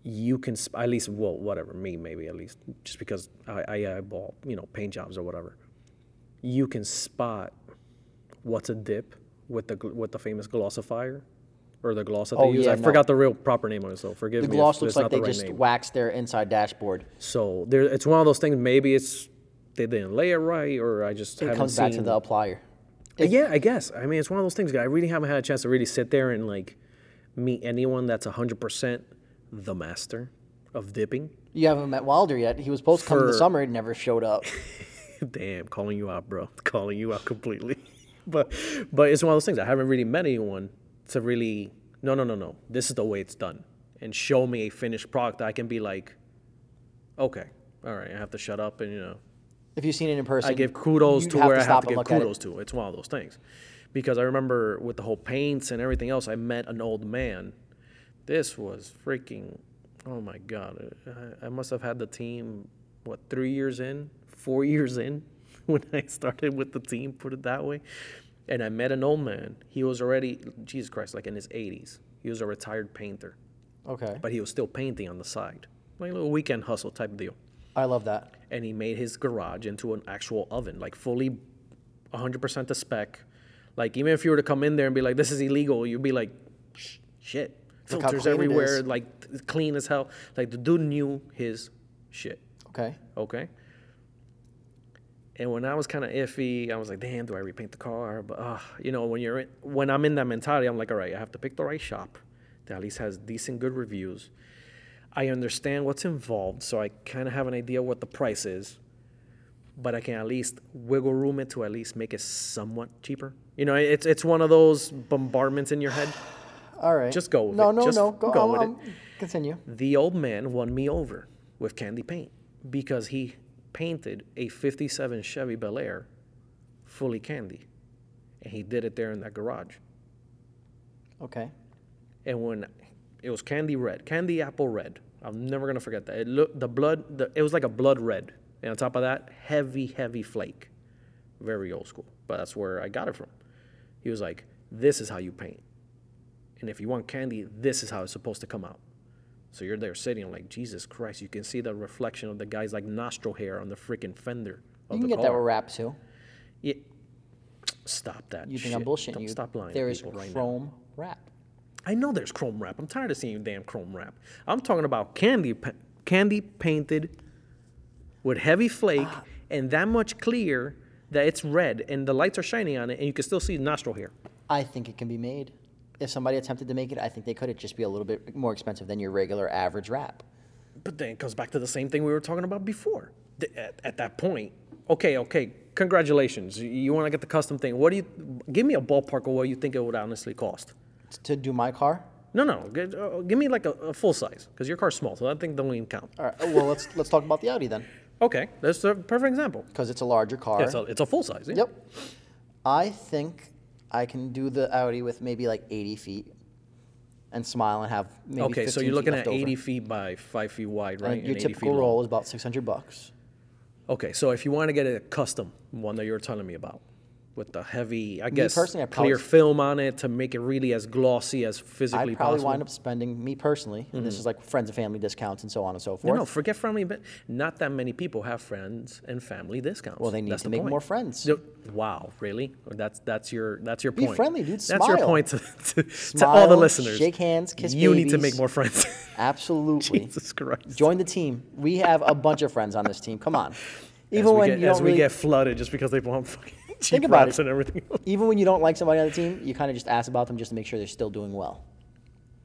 A: you can sp- at least well, whatever, me maybe at least, just because I, I eyeball, you know, paint jobs or whatever. You can spot what's a dip with the gl- with the famous glossifier or the gloss that they
B: Oh,
A: use.
B: yeah,
A: I
B: no.
A: forgot the real proper name of it, so forgive
B: The
A: me.
B: gloss
A: if
B: looks
A: it's not
B: like
A: the
B: they
A: right
B: just
A: name.
B: waxed their inside dashboard.
A: So there, it's one of those things. Maybe it's they didn't lay it right, or I just
B: It
A: haven't
B: comes
A: seen.
B: back to the applier.
A: yeah, I guess. I mean, it's one of those things. I really haven't had a chance to really sit there and like meet anyone that's hundred percent the master of dipping.
B: You haven't met Wilder yet. He was supposed to come in the
A: For-
B: summer. He never showed up.
A: Damn, calling you out, bro. Calling you out completely. but but it's one of those things. I haven't really met anyone to really. No, no, no, no. This is the way it's done, and show me a finished product that I can be like, okay, all right. I have to shut up and you know
B: If you've seen it in person,
A: I give kudos
B: you'd
A: to where I
B: stop
A: have to
B: and
A: give
B: look at it.
A: kudos to. It's one of those things. Because I remember with the whole paints and everything else, I met an old man. This was freaking, oh my God. I, I must have had the team, what, three years in, four years in when I started with the team, put it that way. And I met an old man. He was already, Jesus Christ, like in his 80s. He was a retired painter,
B: Okay,
A: but he was still painting on the side, like a little weekend hustle type deal
B: I love that.
A: and he made his garage into an actual oven, like fully 100% to spec. Like, even if you were to come in there and be like, this is illegal, you'd be like, "Sh- shit.
B: Look how
A: Filters
B: clean it
A: everywhere,
B: is.
A: like t- clean as hell. Like, the dude knew his shit,
B: Okay,
A: okay? And when I was kind of iffy, I was like, damn, do I repaint the car? But, uh, you know, when you're in, when I'm in that mentality, I'm like, all right, I have to pick the right shop that at least has decent, good reviews. I understand what's involved, so I kind of have an idea what the price is but I can at least wiggle room it to at least make it somewhat cheaper. You know, it's it's one of those bombardments in your head.
B: all right.
A: Just go with
B: no,
A: it.
B: No,
A: Just
B: no, Go,
A: go
B: um,
A: with it.
B: um, Continue.
A: The old man won me over with candy paint because he painted a 57 Chevy Bel Air fully candy. And he did it there in that garage.
B: Okay.
A: And when it was candy red, candy apple red. I'm never gonna forget that. It looked the blood the, it was like a blood red. And on top of that, heavy, heavy flake. Very old school. But that's where I got it from. He was like, This is how you paint. And if you want candy, this is how it's supposed to come out. So you're there sitting, I'm like, Jesus Christ, you can see the reflection of the guy's like nostril hair on the freaking fender of
B: You can
A: the
B: get that
A: car.
B: with rap too.
A: Yeah. Stop that.
B: You think
A: shit.
B: I'm bullshitting
A: Don't
B: you?
A: Stop lying. to
B: There is
A: people right now.
B: chrome wrap.
A: I know there's chrome wrap. I'm tired of seeing you damn chrome wrap. I'm talking about candy pa- candy painted with heavy flake and that much clear that it's red and the lights are shining on it and you can still see the nostril hair.
B: I think it can be made. If somebody attempted to make it, I think they could. It'd just be a little bit more expensive than your regular average wrap.
A: But then it comes back to the same thing we were talking about before. Th- At, at that point, okay, okay, congratulations. You, want to get the custom thing. What do you give me a ballpark of what you think it would honestly cost?
B: T- To do my car,
A: No, no, g- uh, give me like a, a full size because your car's small, so that thing don't even count.
B: all right. oh, Well, let's let's talk about the Audi then,
A: Okay, that's a perfect example.
B: because it's a larger car.
A: Yeah, it's a, it's a full size. yeah.
B: Yep. I think I can do the Audi with maybe like 80 feet. and smile and have maybe
A: okay,
B: 15
A: so you're
B: feet
A: looking
B: left
A: at
B: over.
A: 80 feet by 5 feet wide, right?
B: And Uh,
A: and
B: your
A: 80 feet
B: typical
A: long.
B: roll is about 600 bucks.
A: Okay, so if you want to get a custom one that you were telling me about, with the heavy, I guess,
B: personally, I probably-
A: clear film on it to make it really as glossy as
B: I
A: physically
B: probably
A: possible. Mm-hmm.
B: wind up spending me personally. And this is like friends and family discounts and so on and so forth.
A: no, forget family, but not that many people have friends and family discounts.
B: Well, they need
A: That's
B: to
A: the
B: make
A: point.
B: more friends.
A: So- wow, really? That's that's your that's your point.
B: friendly, dude.
A: That's your
B: Smile.
A: point to, to, to all the
B: Smile,
A: listeners.
B: shake hands, kiss
A: You need to
B: babies.
A: make more friends.
B: Absolutely.
A: Jesus Christ.
B: Join the team. We have a bunch of friends on this team. Come on. Even
A: as we
B: when
A: get,
B: you don't
A: as we
B: really,
A: get flooded just because they want fucking cheap
B: about
A: props
B: it.
A: and everything. else.
B: even when you don't like somebody on the team, you kind of just ask about them just to make sure they're still doing well.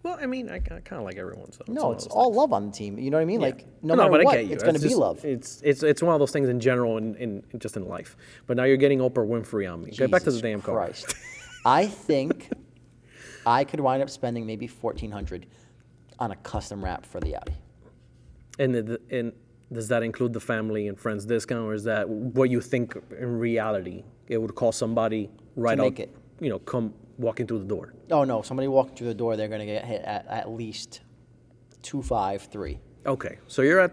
A: Well, I mean, I, I kind of like everyone. So
B: No,
A: one
B: it's
A: of those
B: all love on the team. You know what I mean? Like no,
A: but
B: matter
A: I
B: what,
A: get you.
B: it's going to be
A: just-
B: love.
A: It's it's it's one of those things in general and in, in just in life. But now you're getting Oprah Winfrey on me. Get back to the
B: Jesus
A: damn car.
B: Christ. I think I could wind up spending maybe 1400 on a custom wrap for the Audi.
A: And the, the- and does that include the family and friends discount, or is that what you think in reality it would cost somebody right
B: make
A: out?
B: it.
A: You know, come walking through the door.
B: Oh no! Somebody walking through the door, they're gonna get hit at at least two, five, three.
A: Okay, so you're at.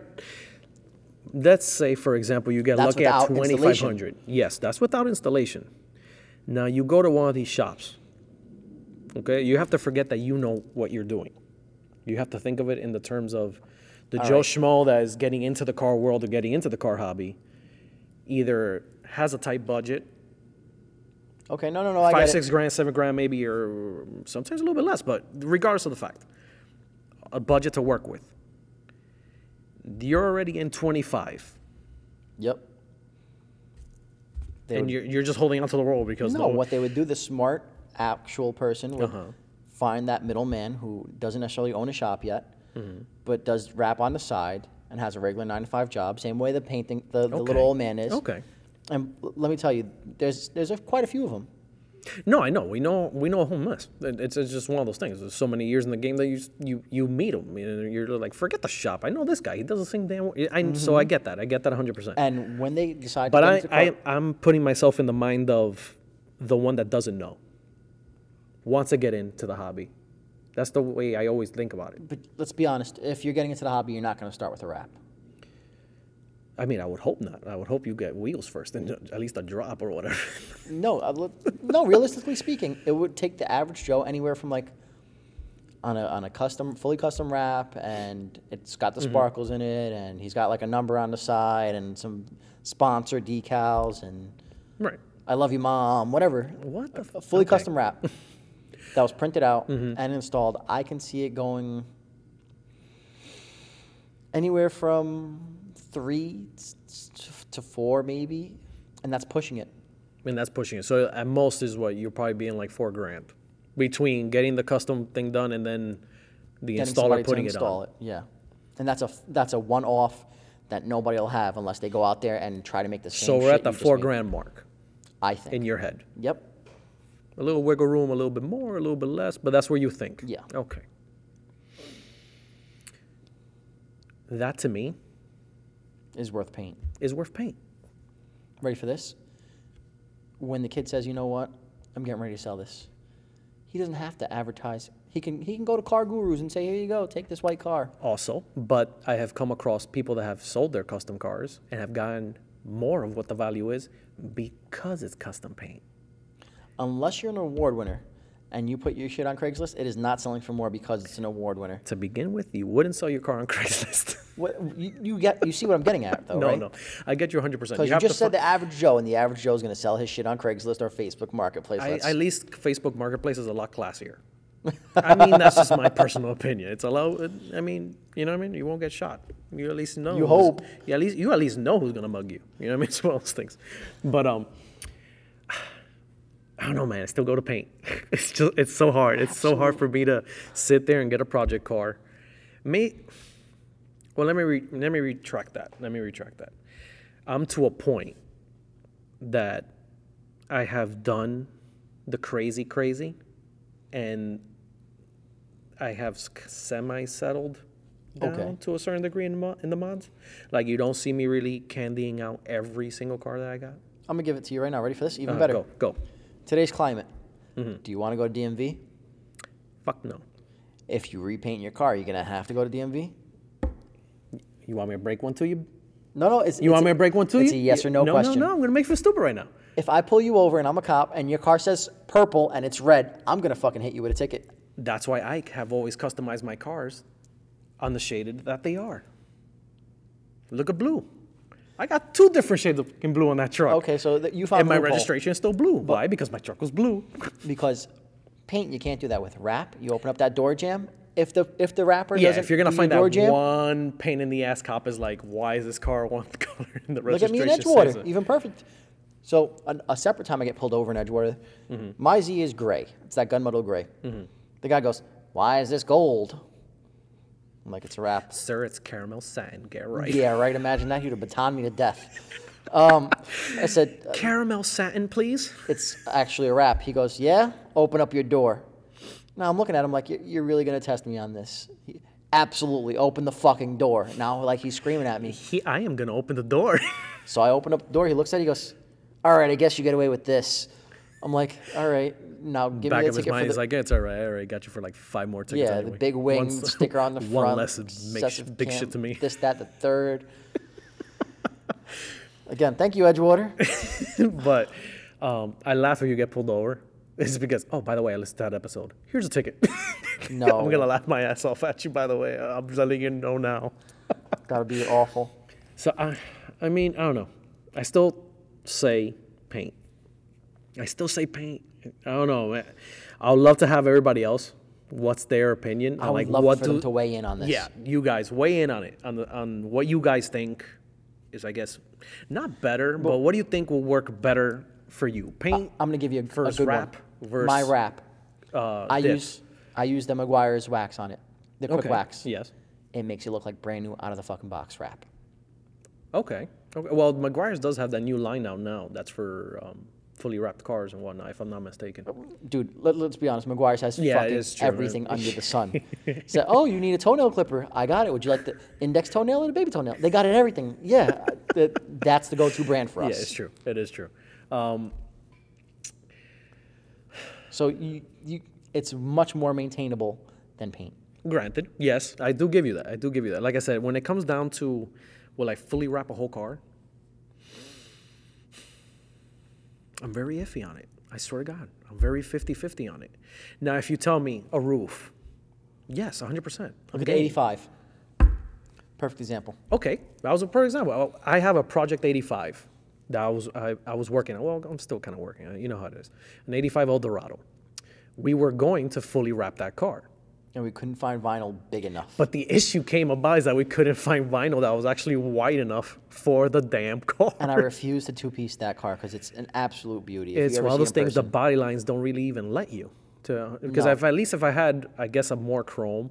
A: Let's say, for example, you get
B: That's
A: lucky at
B: without
A: twenty
B: installation.
A: five hundred. Yes, that's without installation. Now you go to one of these shops. Okay, you have to forget that you know what you're doing. You have to think of it in the terms of the Joe Schmo that is getting into the car world or getting into the car hobby, either has a tight budget,
B: Okay, no, no, no. I
A: five,
B: get
A: six grand, seven grand, maybe, or sometimes a little bit less, but regardless of the fact, a budget to work with. You're already in 25,
B: it. Yep. They
A: and
B: would-
A: you're, you're just holding onto the roll because
B: no,
A: no,
B: what they would do, the smart, actual person would
A: Uh-huh.
B: find that middleman who doesn't necessarily own a shop yet,
A: Mm-hmm.
B: but does rap on the side and has a regular nine to five job, same way the painting, the, the
A: Okay.
B: little old man is.
A: Okay.
B: And l- let me tell you, there's there's a, quite a few of them.
A: no, I know. We know we know a whole mess. It- It's, it's just one of those things. There's so many years in the game that you s- you you meet them, and you're like, forget the shop. I know this guy. He does the same damn. wo-" I, So
B: Mm-hmm.
A: I get that. I get that 100. percent
B: And when they decide,
A: But
B: to get
A: I,
B: into car-
A: I, I'm putting myself in the mind of the one that doesn't know, wants to get into the hobby. That's the way I always think about it.
B: but let's be honest, if you're getting into the hobby, you're not going to start with a rap.
A: I mean, I would hope not. I would hope you get wheels first and at least a drop or whatever.
B: No, uh, le- no. Realistically speaking, it would take the average Joe anywhere from like on a on a custom, fully custom wrap, and it's got the sparkles in it, and he's got like a number on the side, and some sponsor decals, and
A: right.
B: I love you, mom, whatever.
A: What the?
B: A
A: f-
B: fully
A: okay.
B: custom wrap that was printed out and installed. I can see it going anywhere from three s- s- to four, maybe, and that's pushing it.
A: And that's pushing it. So at most is what you're probably being like four grand between getting the custom thing done and then the
B: getting
A: installer
B: somebody
A: putting
B: to install
A: it on.
B: it, Yeah, and that's a f- that's a one off that nobody will have unless they go out there and try to make the same.
A: So we're
B: shit
A: at the
B: you just
A: four
B: made,
A: grand mark
B: I think.
A: in your head.
B: yep.
A: A little wiggle room, a little bit more, a little bit less, but that's where you think.
B: Yeah.
A: Okay. That to me
B: Is worth paint.
A: is worth paint.
B: Ready for this? When the kid says, "You know what? I'm getting ready to sell this," he doesn't have to advertise. He can he can go to car gurus and say, "Here you go, take this white car."
A: Also, but I have come across people that have sold their custom cars and have gotten more of what the value is because it's custom paint.
B: Unless you're an award winner, and you put your shit on Craigslist, it is not selling for more because it's an award winner.
A: To begin with, you wouldn't sell your car on Craigslist.
B: What you, you get? You see what I'm getting at, though,
A: no,
B: Oh, right?
A: no. I get you 100%.
B: Because you,
A: have to
B: just said
A: fi-
B: the average Joe, and the average Joe's going to sell his shit on Craigslist or Facebook Marketplace.
A: I,
B: That's-
A: at least Facebook Marketplace is a lot classier. I mean, that's just my personal opinion. It's a lot. I mean, you know what I mean. You won't get shot. You at least know.
B: You
A: who's-
B: hope.
A: You at least you at least know who's gonna mug you. You know what I mean? It's one of those things. But um, I don't know, man. I still go to paint. It's just it's so hard. It's so hard for me to sit there and get a project car. May well let me re, let me retract that. Let me retract that. I'm to a point that I have done the crazy crazy and I have semi settled down
B: Okay.
A: to a certain degree in the, mo- in the mods. Like you don't see me really candying out every single car that I got.
B: I'm going to give it to you right now. Ready for this? Even
A: Uh,
B: better.
A: Go Mm-hmm. go.
B: Today's climate. Do you want to go to DMV?
A: Fuck no.
B: If you repaint your car, you're gonna have to go to DMV.
A: You want me to break one to you?
B: No, no. It's,
A: You
B: it's
A: want
B: a-
A: me to break one to you?
B: it's a yes or no question.
A: No, no, I'm going to make you stupid right now.
B: If I pull you over and I'm a cop and your car says purple and it's red, I'm gonna fucking hit you with a ticket.
A: That's why I have always customized my cars on the shaded that they are. Look at blue. I got two different shades of fucking blue on that truck.
B: Okay, so that you found
A: And my
B: a loophole.
A: registration is still blue. Why? Because my truck was blue.
B: because paint you can't do that with wrap. You open up that door jam. If the if the wrapper
A: Yeah,
B: doesn't
A: if you're gonna
B: do
A: find
B: your door
A: out
B: jam,
A: one pain in the ass cop is like, why is this car one color in the
B: look at me
A: registration?
B: in
A: says
B: Edgewater,
A: it.
B: even perfect. So an, a separate time I get pulled over in Edgewater, my Z is gray. It's that gunmetal gray. The guy goes, "Why is this gold?" I'm like, "It's a wrap."
A: Sir, it's caramel sand. Get right.
B: Yeah, right. Imagine that. You'd have baton me to death. Um, I said, uh,
A: Caramel satin, please.
B: it's actually a wrap. He goes, yeah, open up your door. Now I'm looking at him like, "You- you're really going to test me on this. He- Absolutely, open the fucking door. Now, like, he's screaming at me.
A: He, I am gonna open the door.
B: So I open up the door. He looks at it. He goes, all right, I guess you get away with this. I'm like, all right, now give
A: Back
B: me
A: of
B: the
A: his
B: ticket
A: mind,
B: for
A: he's
B: the,
A: like, it's all right. All right, got you for like five more tickets.
B: yeah, the
A: anyway.
B: big wing
A: Once-
B: sticker on the front.
A: One less makes
B: excessive
A: big shit
B: camp,
A: to me.
B: This, that, the third. Again, thank you, Edgewater.
A: but um, I laugh when you get pulled over. It's because, oh, by the way, I listened to that episode. Here's a ticket.
B: No.
A: I'm gonna laugh my ass off at you. By the way, I'm just letting you know now.
B: That'll be awful.
A: So I, I mean, I don't know. I still say paint. I still say paint. I don't know. man. I would love to have everybody else. What's their opinion?
B: I would love for them to weigh in on this.
A: Yeah, you guys weigh in on it on the, on what you guys think is, I guess, not better, but what do you think will work better for you? Paint.
B: I'm gonna give you a, a
A: Versus
B: good
A: wrap
B: one.
A: versus,
B: my wrap.
A: uh,
B: I
A: this.
B: use I use the McGuire's wax on it, the quick
A: Okay,
B: wax.
A: Yes.
B: It makes you look like brand new out of the fucking box wrap.
A: Okay. Okay. Well, McGuire's does have that new line out now. That's for um, fully wrapped cars and whatnot, if I'm not mistaken.
B: Dude, let, us be honest. McGuire's has
A: Yeah, it
B: fucking
A: is true, man.
B: everything under the sun. so, oh, you need a toenail clipper? I got it. Would you like the index toenail or the baby toenail? They got it. Everything. Yeah, th- that's the go-to brand for us.
A: Yeah, it's true. It is true. Um,
B: So you, you, it's much more maintainable than paint.
A: granted, yes, I do give you that. I do give you that. Like I said, when it comes down to will I fully wrap a whole car, I'm very iffy on it. I swear to God, I'm very 50 50 on it. Now, if you tell me a roof, yes, 100%. I'm
B: Look at the
A: game.
B: 85. Perfect example.
A: Okay, that was a perfect example. I I have a Project 85 that I was I, I was working on. Well, I'm still kind of working on it. You know how it is. An 85 Eldorado. We were going to fully wrap that car,
B: And we couldn't find vinyl big enough.
A: but the issue came about is that we couldn't find vinyl that was actually wide enough for the damn car.
B: and I refuse to two piece that car because it's an absolute beauty. If you
A: it's
B: ever
A: one of
B: see
A: those
B: it in
A: things the
B: person-
A: body lines don't really even let you to because
B: No.
A: if at least if I had I guess a more chrome.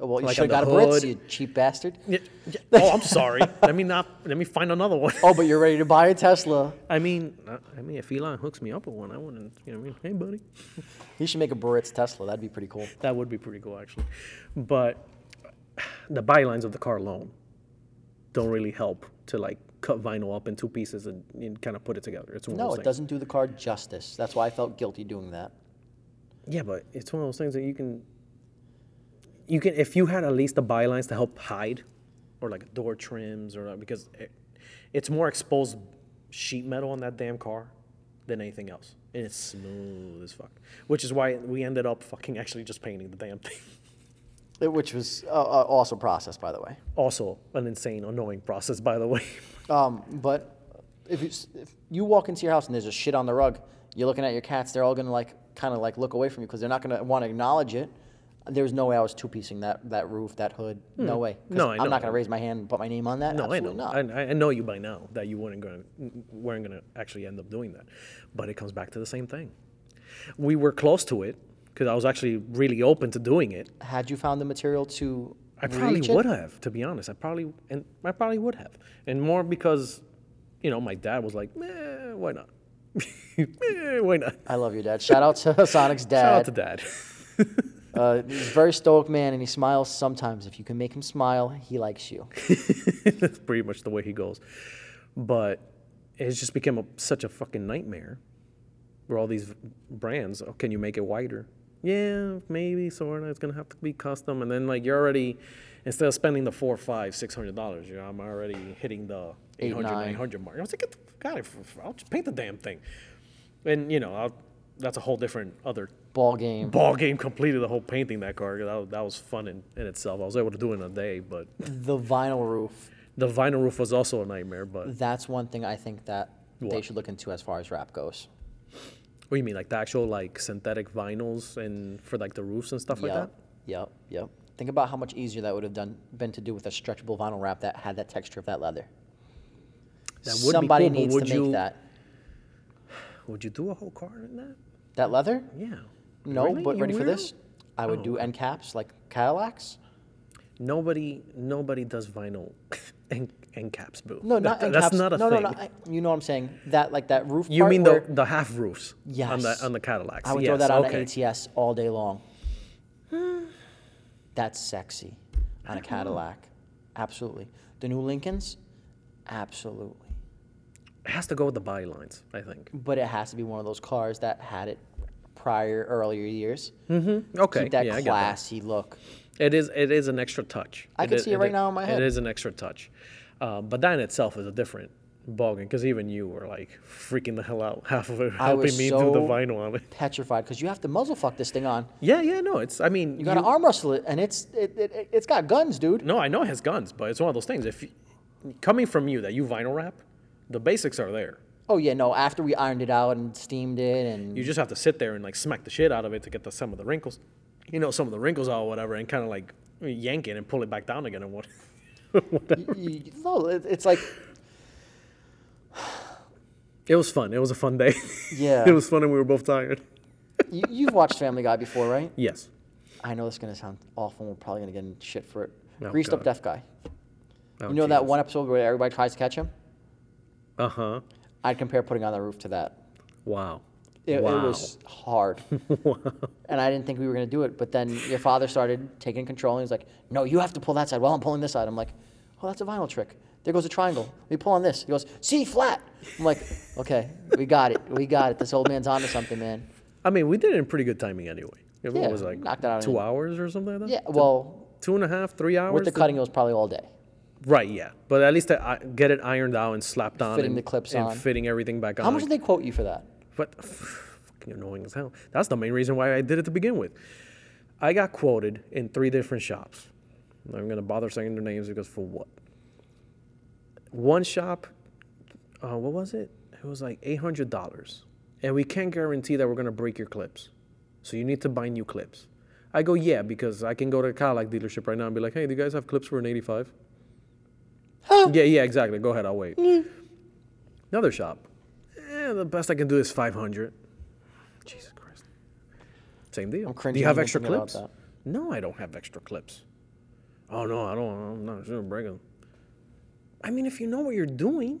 B: Oh, well, you
A: like
B: should have
A: on
B: got a
A: the
B: Blitz,
A: hood.
B: you cheap bastard.
A: Yeah, yeah. Oh, I'm sorry. let me not. Let me find another one.
B: Oh, but you're ready to buy a Tesla.
A: I mean, I- I mean, if Elon hooks me up with one, I wouldn't. You know, what I mean, hey, buddy.
B: You should make a Baritz Tesla. That'd be pretty cool.
A: That would be pretty cool, actually. But the bylines of the car alone don't really help to like cut vinyl up in two pieces and, and kind of put it together. It's one of
B: No,
A: those
B: it
A: things.
B: doesn't do the car justice. That's why I felt guilty doing that.
A: Yeah, but it's one of those things that you can. You can if you had at least the bylines to help hide, or like door trims, or because it, it's more exposed sheet metal on that damn car than anything else, and it's smooth as fuck. Which is why we ended up fucking actually just painting the damn thing.
B: It- Which was uh, uh, also processed, by the way.
A: Also, an insane, annoying process, by the way.
B: Um, but if you, s- if you walk into your house and there's a shit on the rug, you're looking at your cats. They're all gonna like kind of like look away from you because they're not gonna want to acknowledge it. There's no way I was two piecing that, that roof, that hood. Hmm. No way. 'Cause
A: No, I
B: I'm
A: know.
B: not gonna raise my hand and put my name on that.
A: No, I
B: Absolutely
A: know.
B: not.
A: I, I know you by now that you weren't going, weren't going to actually end up doing that. But it comes back to the same thing. We were close to it because I was actually really open to doing it.
B: had you found the material to
A: I probably
B: reach
A: would
B: it?
A: have, to be honest. I probably and I probably would have, and more because, you know, my dad was like, "Meh, why not? Meh, why not?"
B: I love your dad. Shout out to Sonic's
A: Shout out to
B: dad.
A: dad.
B: Uh, he's a very stoic man, and he smiles sometimes. If you can make him smile, he likes you.
A: That's pretty much the way he goes. But it just became a, such a fucking nightmare. Where all these brands, oh, can you make it wider? yeah, maybe sort of. It's gonna have to be custom, and then like you're already instead of spending the four, five, six hundred dollars, you know, I'm already hitting the 800,
B: nine.
A: 900 mark. I was like, get the fuck out of here. I'll just paint the damn thing, and you know, I'll, that's a whole different other
B: Ball game.
A: ball game. Completed the whole painting that car. That, was- that was fun in, in itself. I was able to do it in a day, but
B: The vinyl roof.
A: the vinyl roof was also a nightmare. But what
B: That's one thing I think that they
A: What?
B: should look into as far as rap goes.
A: do you mean, like the actual like synthetic vinyls and for like the roofs and stuff like that?
B: yep. Yep. Yep. Think about how much easier that would have done been to do with a stretchable vinyl wrap that had that texture of that leather.
A: That would be
B: Somebody
A: cool, but
B: needs
A: would
B: to make
A: you-
B: that.
A: Would you do a whole car in that?
B: That leather?
A: Yeah.
B: No,
A: Really?
B: but
A: You
B: ready for
A: weirdo? Oh.
B: this? I would do end caps like Cadillacs.
A: Nobody, nobody does vinyl and, and caps, boo.
B: No, not
A: That-
B: end
A: that's
B: caps.
A: not a
B: no,
A: thing.
B: No, no, I, You know what I'm saying? That like that roof.
A: you
B: part
A: mean
B: where
A: the, the half roofs? On the
B: Yes.
A: on the Cadillacs.
B: I would
A: yes.
B: throw that on
A: okay.
B: an ATS all day long. That's sexy on a
A: Hmm.
B: Cadillac. Absolutely. The new Lincolns? Absolutely.
A: It has to go with the bylines, I think.
B: But it has to be one of those cars that had it prior earlier years.
A: Mm-hmm. Okay.
B: Keep that
A: yeah, I get that.
B: classy look.
A: It is it is an extra touch.
B: I can
A: is-
B: see it right now in my head.
A: It is an extra touch, uh, but that in itself is a different ballgame because even you were like freaking the hell out half of it,
B: I
A: helping
B: was
A: me do the
B: so-
A: vinyl on it.
B: Petrified because you have to muzzle fuck this thing on.
A: Yeah, yeah, no, it's. I mean,
B: You got to arm wrestle it, and it's it, it, it, it's got guns, dude.
A: No, I know it has guns, but it's one of those things. If you, coming from you that you vinyl wrap, the basics are there.
B: Oh yeah, no. After we ironed it out and steamed it, and
A: You just have to sit there and like smack the shit out of it to get the, some of the wrinkles, you know, some of the wrinkles out or whatever, and kind of like yank it and pull it back down again and what.
B: you, you- no, it, it's like
A: It was fun. It was a fun day.
B: Yeah.
A: it was fun, and we were both tired.
B: you, you've watched Family Guy before, right?
A: Yes.
B: I know this is gonna sound awful. and We're probably gonna get in shit for it.
A: Oh,
B: Greased up
A: God.
B: deaf guy.
A: Oh,
B: you know that one episode where everybody tries to catch him?
A: Uh huh.
B: I'd compare putting on the roof to that.
A: Wow.
B: It,
A: wow.
B: it was hard,
A: wow.
B: and I didn't think we were gonna do it. But then your father started taking control, and he's like, "No, you have to pull that side. Well, I'm pulling this side." I'm like, "Oh, that's a vinyl trick. There goes a triangle. We pull on this. He goes C flat." I'm like, "Okay, we got it. We got it. This old man's onto something, man."
A: I mean, we did it in pretty good timing anyway. It
B: Yeah,
A: was like
B: knocked it out
A: two
B: in-
A: hours or something like that.
B: Yeah. Well,
A: Two and a half, three hours.
B: with the
A: to-
B: cutting, it was probably all day.
A: Right, yeah, but at least uh, I I get it ironed out and slapped on,
B: Fitting
A: and,
B: the clips
A: and
B: on.
A: fitting everything back on.
B: How much did they quote you for that?
A: But fucking annoying as hell. That's the main reason why I did it to begin with. I got quoted in three different shops. I'm not even gonna bother saying their names because for what? One shop, uh, what was it? It was like eight hundred dollars, and we can't guarantee that we're gonna break your clips, so you need to buy new clips. I go yeah because I can go to a Cadillac dealership right now and be like, hey, do you guys have clips for an eighty-five? yeah, yeah, exactly. Go ahead, I'll wait. Another shop. Eh, the best I can do is 500. Jesus Christ. Same deal. do
B: cringing
A: you have
B: even
A: extra
B: thinking about
A: clips?
B: that.
A: No, I don't have extra clips. Oh no, I don't. I'm not sure break 'em. I mean, if you know what you're doing,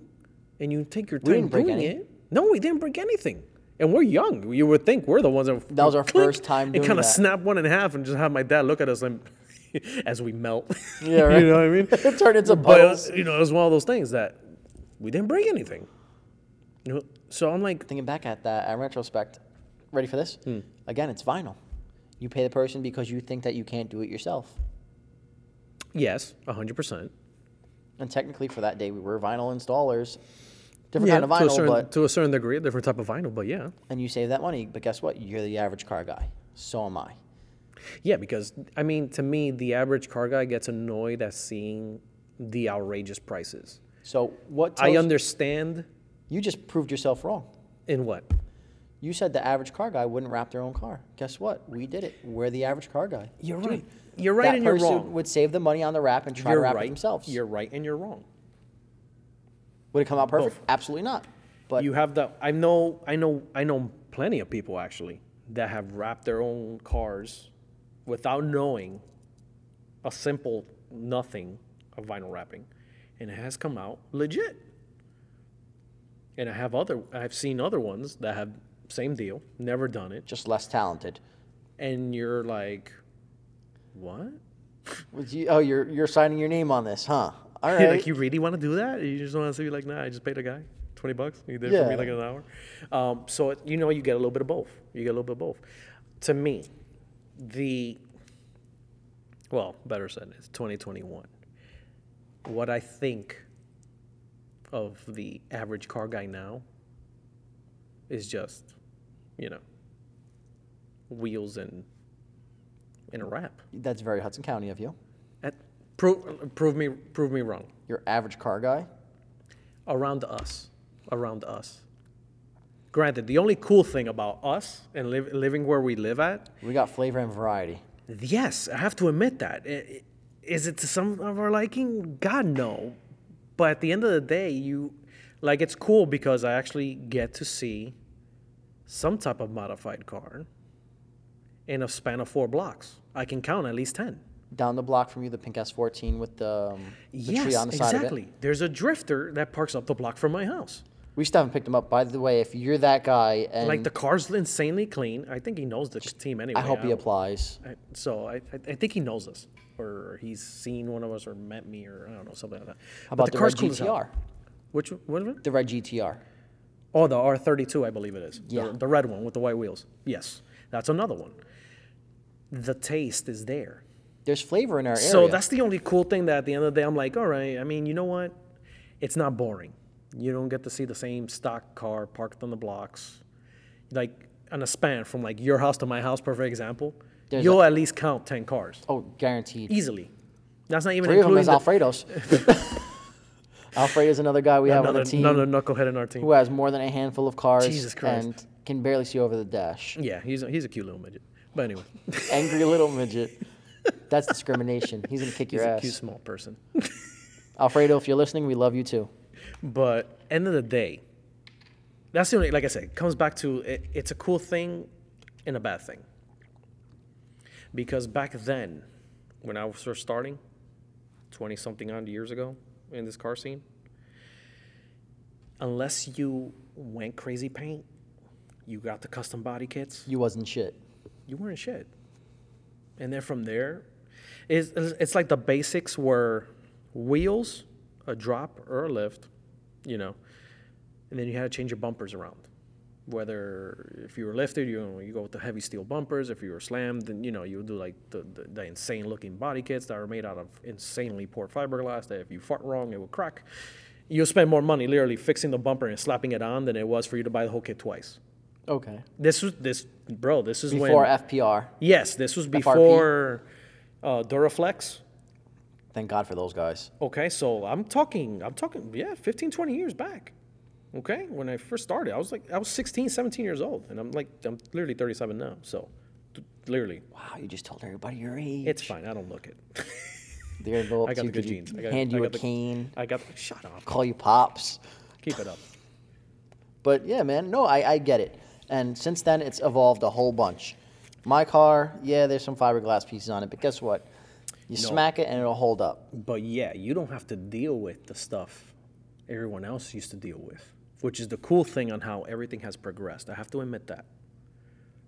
A: and you take your time
B: didn't break
A: doing
B: any.
A: it. No, we didn't break anything. And we're young. You would think we're the ones that
B: That was our
A: click,
B: first time
A: And
B: doing
A: kind
B: that.
A: of snap one in half and just have my dad look at us and as we melt.
B: Yeah, right.
A: you know what I mean?
B: It turned into
A: But it
B: puddles.
A: was- you know, it was one of those things that we didn't break anything. You know, so I'm like,
B: thinking back at that at retrospect ready for this
A: Hmm.
B: again it's vinyl you pay the person because you think that you can't do it yourself
A: yes, 100. percent
B: and technically for that day we were vinyl installers different
A: Yeah,
B: kind of
A: to a
B: vinyl
A: certain
B: but
A: to a certain degree, a different type of vinyl, but yeah,
B: and you save that money but guess what you're the average car guy so am i
A: yeah, because I mean, to me, the average car guy gets annoyed at seeing the outrageous prices.
B: so what
A: I
B: tells-
A: understand
B: you just proved yourself wrong
A: in what
B: you said the average car guy wouldn't wrap their own car guess what we did it we're the average car guy
A: You're
B: Dude,
A: right. You're right
B: that
A: and you're
B: person
A: wrong.
B: would save the money on the wrap and try
A: you're
B: to wrap
A: right.
B: it themselves
A: You're right and you're wrong.
B: would it come out perfect
A: Both.
B: absolutely not but
A: you have the I know I know I know plenty of people actually that have wrapped their own cars without knowing a simple nothing of vinyl wrapping and it has come out legit. And I have other I've seen other ones that have same deal, never done it,
B: just less talented
A: and you're like what?
B: Would you, oh, you're you're signing your name on this, huh? All
A: You're
B: right.
A: like you really want to do that? You just want to be like, nah, I just paid a guy twenty bucks. He did it for me
B: Yeah.
A: like in an hour. Um, so it, you know, you get a little bit of both. You get a little bit of both. To me, the well, better said, it's 2021. What I think of the average car guy now is just, you know, wheels and and a wrap.
B: That's very Hudson County of you.
A: That, prove, prove me prove me wrong.
B: Your average car guy.
A: Around us, around us. Granted, the only cool thing about us and liv- living where we live at
B: We got flavor and variety.
A: Yes, I have to admit that. I- i- Is it to some of our liking? God, no. But at the end of the day, you like it's cool because I actually get to see some type of modified car in a span of four blocks. I can count at least 10.
B: Down the block from you, the pink S14 with the, um, the tree
A: yes,
B: on the side of it.
A: exactly. There's a drifter that parks up the block from my house.
B: We still haven't picked him up. By the way, if you're that guy, and
A: Like the car's insanely clean. I think he knows the team anyway.
B: I hope he
A: don't-
B: applies.
A: I, so I, I- I think he knows us, or he's seen one of us, or met me, or I don't know something like that. How
B: about the red GTR?
A: Which what is it?
B: The red GTR.
A: Oh, the R thirty two, I believe it is. The-
B: Yeah.
A: The, red one with the white wheels. Yes, that's another one. The taste is there.
B: There's flavor in our area.
A: So that's the only cool thing that at the end of the day I'm like, all right. I mean, you know what? It's not boring. You don't get to see the same stock car parked on the blocks, like on a span from like your house to my house. Perfect example.
B: There's
A: You'll at least count ten cars
B: oh, guaranteed.
A: easily. That's not even
B: Three of them
A: including
B: is
A: the-
B: Alfredo's. Alfredo's another guy we have on
A: another,
B: the team
A: another knucklehead in our team.
B: who has more than a handful of cars
A: Jesus Christ.
B: and can barely see over the dash.
A: Yeah, he's a, he's a cute little midget. But anyway,
B: Angry little midget. That's discrimination. He's gonna kick
A: he's
B: your
A: a cute
B: ass.
A: small person.
B: Alfredo, if you're listening, we love you too.
A: but end of the day, that's the only like I said, it comes back to it, it's a cool thing and a bad thing. Because back then, when I was first starting, twenty something odd years ago in this car scene, unless you went crazy paint, you got the custom body kits.
B: You wasn't shit.
A: you weren't shit. And then from there, it's, it's like the basics were wheels, a drop or a lift, you know, and then you had to change your bumpers around. Whether if you were lifted, you know, you go with the heavy steel bumpers. If you were slammed, then you know you would do like the, the, the insane looking body kits that are made out of insanely poor fiberglass. That if you fart wrong, it would crack. You'll spend more money literally fixing the bumper and slapping it on than it was for you to buy the whole kit twice.
B: Okay.
A: This was this, bro. This is when
B: Before FPR.
A: Yes, this was
B: FRP?
A: before uh, Duraflex.
B: Thank God for those guys.
A: Okay, so I'm talking, I'm talking, yeah, 15, 20 years back. Okay, when I first started, I was like, I was 16, 17 years old, and I'm like, I'm literally 37 now. So, th- literally,
B: Wow, you just told everybody your age.
A: it's fine. I don't look it.
B: They're gonna go up
A: I got
B: to
A: the good
B: you, give you-
A: genes. I got,
B: hand
A: I
B: you
A: got
B: a
A: the-
B: cane,
A: I got. The, shut up.
B: call you pops.
A: Keep it up.
B: But yeah, man, no, I, I get it. And since then, it's evolved a whole bunch. My car, yeah, there's some fiberglass pieces on it, but guess what? You smack it and it'll hold up.
A: But yeah, you don't have to deal with the stuff everyone else used to deal with, which is the cool thing on how everything has progressed. I have to admit that.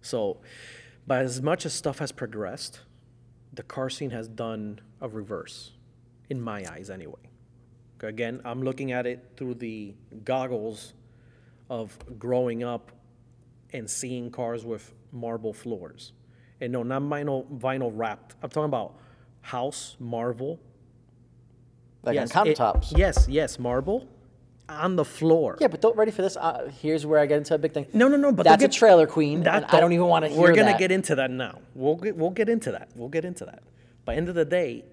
A: So, but as much as stuff has progressed, the car scene has done a reverse, in my eyes anyway. Again, I'm looking at it through the goggles of growing up and seeing cars with marble floors. And no, not vinyl, vinyl wrapped. I'm talking about house, marble,
B: Like on
A: it-
B: countertops.
A: yes, yes, marble on the floor.
B: yeah, but don't ready for this. Uh, here's where I get into a big thing.
A: No, no, no. But they'll
B: That's
A: get,
B: a trailer queen.
A: that
B: and I don't even want to hear
A: We're gonna
B: that.
A: get into that now. We'll get, we'll get into that. We'll get into that. By end of the day,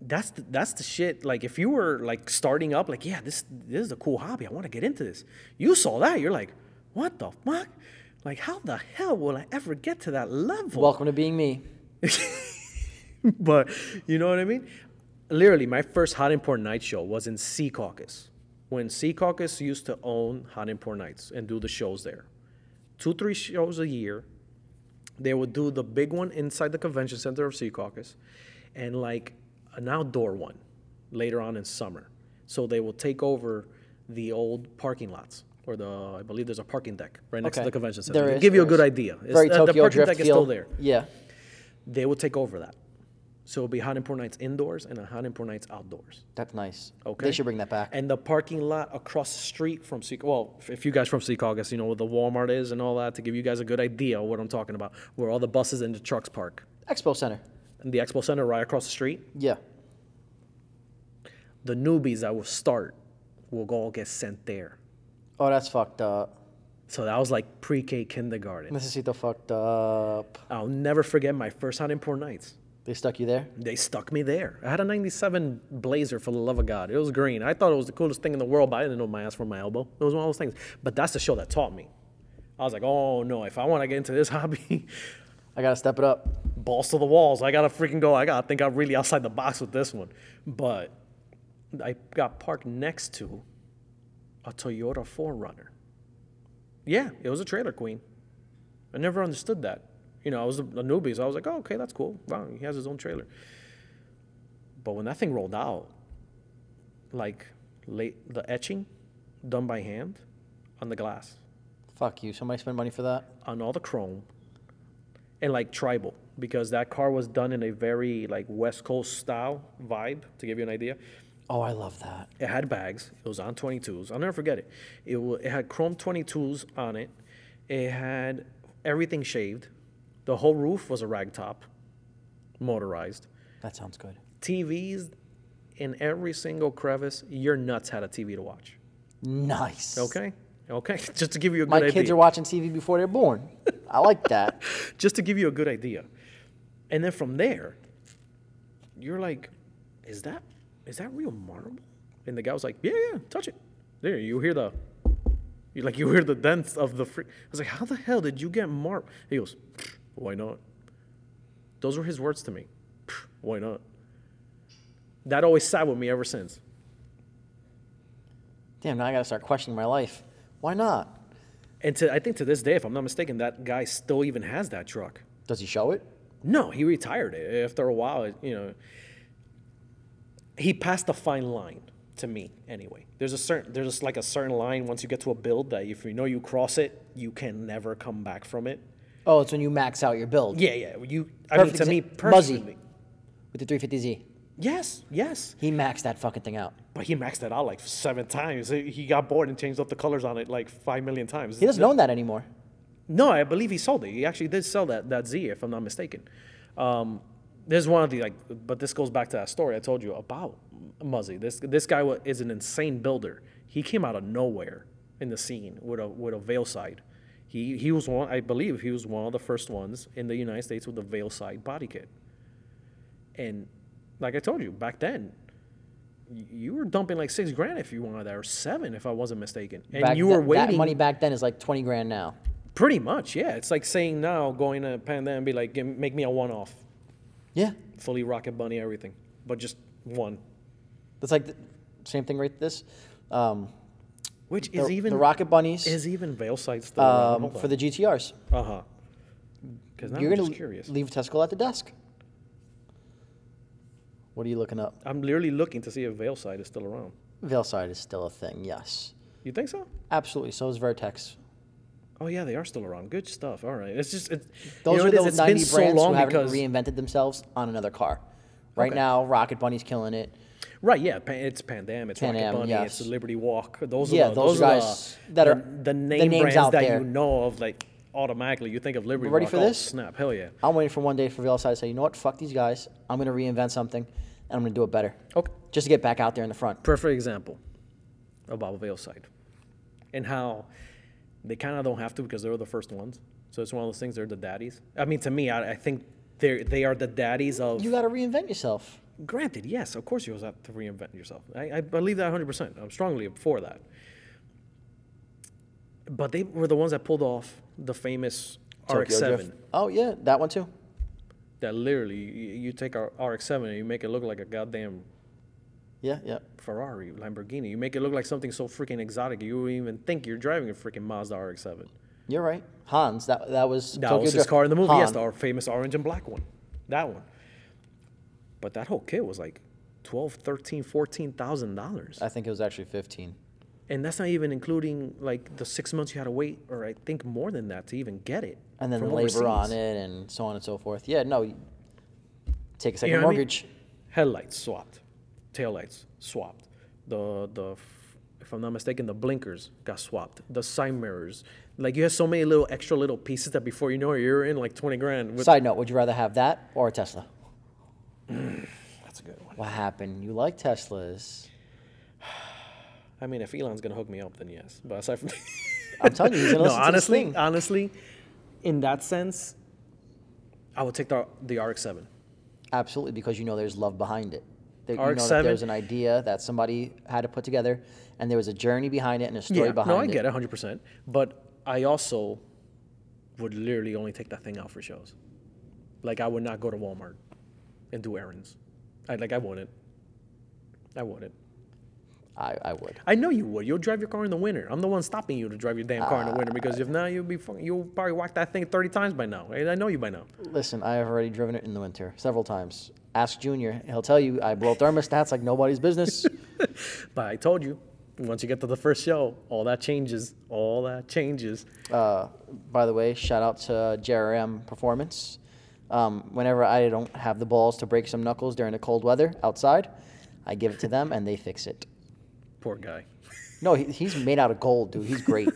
A: that's the, that's the shit. Like if you were like starting up, like yeah, this this is a cool hobby. I want to get into this. You saw that, you're like, what the fuck? Like how the hell will I ever get to that level?
B: Welcome to being me.
A: but you know what I mean? Literally, my first Hot and Poor Night show was in Sea Caucus. When Sea Caucus used to own Hot and Poor Nights and do the shows there. Two, three shows a year. They would do the big one inside the convention center of Sea Caucus and like an outdoor one later on in summer. So they will take over the old parking lots or the, I believe there's a parking deck right next
B: Okay.
A: to the convention center.
B: There
A: It'll
B: is-
A: give you a
B: there
A: good
B: is.
A: idea. It's-
B: Very
A: uh, the
B: Tokyo
A: parking
B: Drift
A: deck is
B: feel.
A: still there
B: Yeah.
A: they will take over that. So it'll be hot and poor nights indoors and a hot and poor nights outdoors.
B: That's nice.
A: Okay.
B: They should bring that back.
A: And the parking lot across the street from Seac, well, if- if you guys from Seacock, you know where the Walmart is and all that, to give you guys a good idea of what I'm talking about, where all the buses and the trucks park.
B: Expo Center.
A: And the expo center right across the street,
B: Yeah.
A: the newbies that will start will go all get sent there.
B: Oh, that's fucked up.
A: So that was like pre-K kindergarten.
B: Necesito fucked up.
A: I'll never forget my first hot and poor nights.
B: They stuck you there?
A: They stuck me there. I had a 97 blazer for the love of God. It was green. I thought it was the coolest thing in the world, but I didn't know my ass from my elbow. It was one of those things. But that's the show that taught me. I was like, oh no, if I want to get into this hobby,
B: I gotta step it up.
A: balls to the walls. I gotta freaking go. I gotta think I'm really outside the box with this one. But I got parked next to a Toyota 4Runner. Yeah, it was a trailer queen. I never understood that. You know, I was a, a newbie, so I was like, oh, okay, that's cool. Wow, he has his own trailer. But when that thing rolled out, like late, the etching done by hand on the glass,
B: Fuck you. Somebody spend money for that?
A: on all the chrome and like tribal because that car was done in a very like west coast style vibe to give you an idea
B: Oh, I love that.
A: it had bags it was on 22s i'll never forget it it, wa it had chrome 22s on it it had everything shaved the whole roof was a rag top motorized
B: That sounds good.
A: tvs in every single crevice your nuts had a tv to watch
B: Nice.
A: okay okay just to give you a good
B: My
A: idea
B: kids are watching TV before they're born. I like that.
A: just to give you a good idea. And then from there, you're like, is that is that real marble? And the guy was like, yeah, yeah, touch it. There, you hear the, you like you hear the dents of the. Free- I was like, how the hell did you get marble? He goes, why not? Those were his words to me. Why not? That always sat with me ever since.
B: Damn, now I gotta start questioning my life. Why not?
A: And to, I think to this day, if I'm not mistaken, that guy still even has that truck.
B: Does he show it?
A: No, he retired it after a while. it- You know, he passed a fine line to me. Anyway, there's a certain there's just like a certain line once you get to a build that if you know you cross it, you can never come back from it.
B: Oh, it's when you max out your build.
A: Yeah, yeah. You, I
B: Perfect
A: mean, to me
B: exa- Buzzy.
A: personally,
B: With the 350Z.
A: yes, yes.
B: He maxed that fucking thing out.
A: But he maxed it out like seven times. He he got bored and changed up the colors on it like five million times.
B: He doesn't own that anymore.
A: No, I believe he sold it. He actually did sell that that Z, if I'm not mistaken. Um, there's one of the like, but this goes back to that story I told you about Muzzy. This this guy wa- is an insane builder. He came out of nowhere in the scene with a with a veil side. He he was one, I believe, he was one of the first ones in the United States with a veil side body kit. And like I told you back then, y- you were dumping like six grand if you wanted that, or seven if I wasn't mistaken. And
B: Back
A: you were
B: th- That
A: waiting.
B: money back then is like 20 grand now.
A: Pretty much, yeah. It's like saying now going to Panda and be like, "Give- make me a one off,
B: Yeah.
A: fully Rocket Bunny, everything, but just one,
B: That's like the same thing right this. Um,
A: which
B: the,
A: is even
B: the Rocket Bunnies
A: is even Veil Sight still
B: um, for the GTRs.
A: uh huh. Because now
B: You're
A: I'm
B: going
A: just
B: to
A: curious.
B: leave Tesco at the desk. What are you looking up?
A: I'm literally looking to see if Veil Sight is still around.
B: Veilside is still a thing, yes.
A: You think so?
B: Absolutely. So is Vertex.
A: Oh yeah, they are still around. Good stuff. All right, it's just it,
B: Those
A: you know,
B: are
A: it is,
B: the
A: it's
B: 90
A: been
B: brands
A: so long
B: who haven't
A: because
B: reinvented themselves on another car. Right
A: Okay.
B: now, Rocket Bunny's killing it.
A: right, yeah, Pan, it's Pandam, it's
B: Pan
A: Rocket
B: Am,
A: Bunny,
B: yes.
A: it's Liberty Walk. Those
B: Yeah,
A: are the,
B: those
A: are
B: guys
A: the,
B: that
A: the-
B: are-
A: the
B: the
A: name
B: names
A: brands
B: out
A: that
B: there.
A: you know of. Like automatically, you think of Liberty
B: Ready
A: Walk.
B: for
A: oh,
B: this?
A: Snap! Hell yeah.
B: I'm waiting for one day for Veilside to say, you know what, fuck these guys. I'm going to reinvent something and I'm going to do it better.
A: Okay.
B: Just to get back out there in the front.
A: perfect example about Veilside and how they kind of don't have to because they were the first ones. So it's one of those things. They're the daddies. I mean, to me, I, I think they they are the daddies of.
B: You got to reinvent yourself.
A: granted, yes, of course, you always have to reinvent yourself. I, I believe that 100. percent I'm strongly for that. But they were the ones that pulled off the famous
B: Tokyo
A: RX-7.
B: Drift. Oh, yeah, that one too.
A: That literally, you, you take our RX-7 and you make it look like a goddamn
B: Yeah, yeah.
A: Ferrari, Lamborghini. You make it look like something so freaking exotic, you wouldn't even think you're driving a freaking Mazda RX-7.
B: You're right. Hans, that, that was.
A: That
B: Tokyo
A: was his
B: Drift.
A: car in the movie. Yes,
B: Han.
A: the famous orange and black one. That one. But that whole kit was like 12, 13, 14,000 dollars.
B: I think it was actually 15.
A: And that's not even including like the six months you had to wait, or I think more than that to even get it.
B: and then
A: from
B: labor on
A: overseas.
B: it and so on and so forth. Yeah, no, y- Take a
A: You
B: second
A: know what I mean?
B: mortgage.
A: Headlights swapped, taillights swapped. The the f- if I'm not mistaken, the blinkers got swapped. The side mirrors. Like you have so many little extra little pieces that before you know it, you're in like 20 grand. With,
B: Side note: Would you rather have that or a Tesla?
A: that's a good one.
B: What happened? You like Teslas?
A: I mean, if Elon's gonna hook me up, then yes. But aside from
B: I'm telling you, he's gonna
A: no,
B: listen to this
A: honestly,
B: thing.
A: honestly, in that sense, I would take the the RX-7.
B: Absolutely, because you know there's love behind it. That you know that
A: RX-7.
B: there's an idea that somebody had to put together, and there was a journey behind it and a story behind
A: no, I
B: it.
A: get it, 100%. But I also would literally only take that thing out for shows. Like, I would not go to Walmart and do errands. I, like, I wouldn't. I wouldn't.
B: I, I would.
A: I know you would. You'll drive your car in the winter. I'm the one stopping you to drive your damn car in the winter because if not, you'll be fucking, you'll probably walk that thing 30 times by now. And I know you by now.
B: Listen, I have already driven it in the winter several times. Ask Junior; he'll tell you I blow thermostats like nobody's business.
A: But I told you, once you get to the first show, all that changes. All that changes.
B: Uh, by the way, shout out to JRM Performance. Um, whenever I don't have the balls to break some knuckles during the cold weather outside, I give it to them and they fix it.
A: Poor guy.
B: No, he, he's made out of gold, dude. He's great.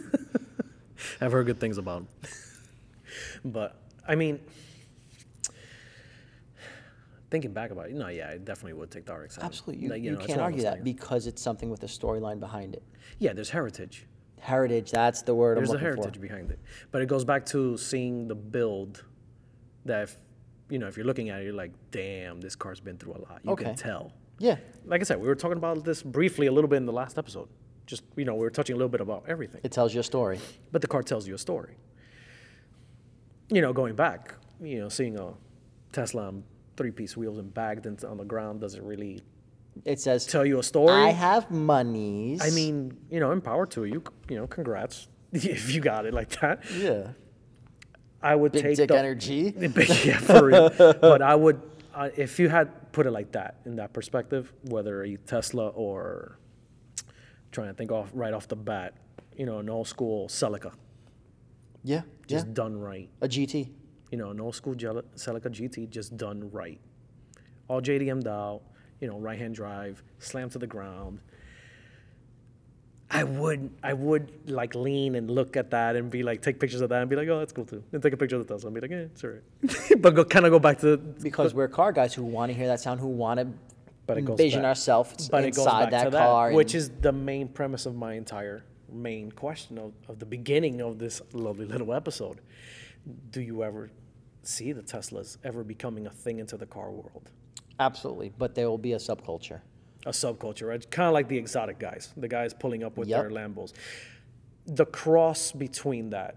A: I've heard good things about him. but I mean, thinking back about it, no, yeah, I definitely would take the RX.
B: Absolutely, you,
A: Like,
B: you
A: know, it's
B: can't
A: one of
B: argue
A: those
B: that
A: things.
B: because it's something with a storyline behind it.
A: Yeah, there's heritage.
B: Heritage, that's the word
A: There's
B: I'm
A: a
B: looking
A: heritage behind it, but it goes back to seeing the build. That if, you know, if you're looking at it, you're like, damn, this car's been through a lot. You
B: Okay.
A: can tell.
B: for. Yeah,
A: Like I said, we were talking about this briefly a little bit in the last episode. Just you know, we were touching a little bit about everything.
B: it tells you a story.
A: but the car tells you a story. You know, going back, you know, seeing a Tesla on three-piece wheels and bagged and on the ground doesn't really
B: It says,
A: tell you a story.
B: "I
A: I,
B: have monies."
A: mean, you know, empower to you. c- You know, congrats if you got it like that.
B: yeah,
A: I would
B: big
A: take
B: dick
A: the,
B: energy.
A: yeah, for real. But I would, I if you had put it like that in that perspective, whether a Tesla or trying to think off right off the bat, you know, an old school Celica,
B: Yeah,
A: just
B: yeah,
A: done right.
B: a GT.
A: you know, an old school Jel- Celica GT just done right. All JDM'd out, you know, right hand drive, slam to the ground. I would, I would like lean and look at that and be like, take pictures of that and be like, oh, that's cool too. And take a picture of the Tesla and be like, eh, it's all right. but go, kind of go back to,
B: Because we're car guys who want to hear that sound, who want to
A: But it goes
B: envision
A: back-
B: ourselves
A: but it goes back
B: inside that
A: to
B: car,
A: that, which
B: and
A: is the main premise of my entire main question of, of the beginning of this lovely little episode. Do you ever see the Teslas ever becoming a thing into the car world?
B: absolutely. But there will be a subculture.
A: a subculture, right? Kind of like the exotic guys, the guys pulling up with
B: Yep.
A: their Lambos. The cross between that,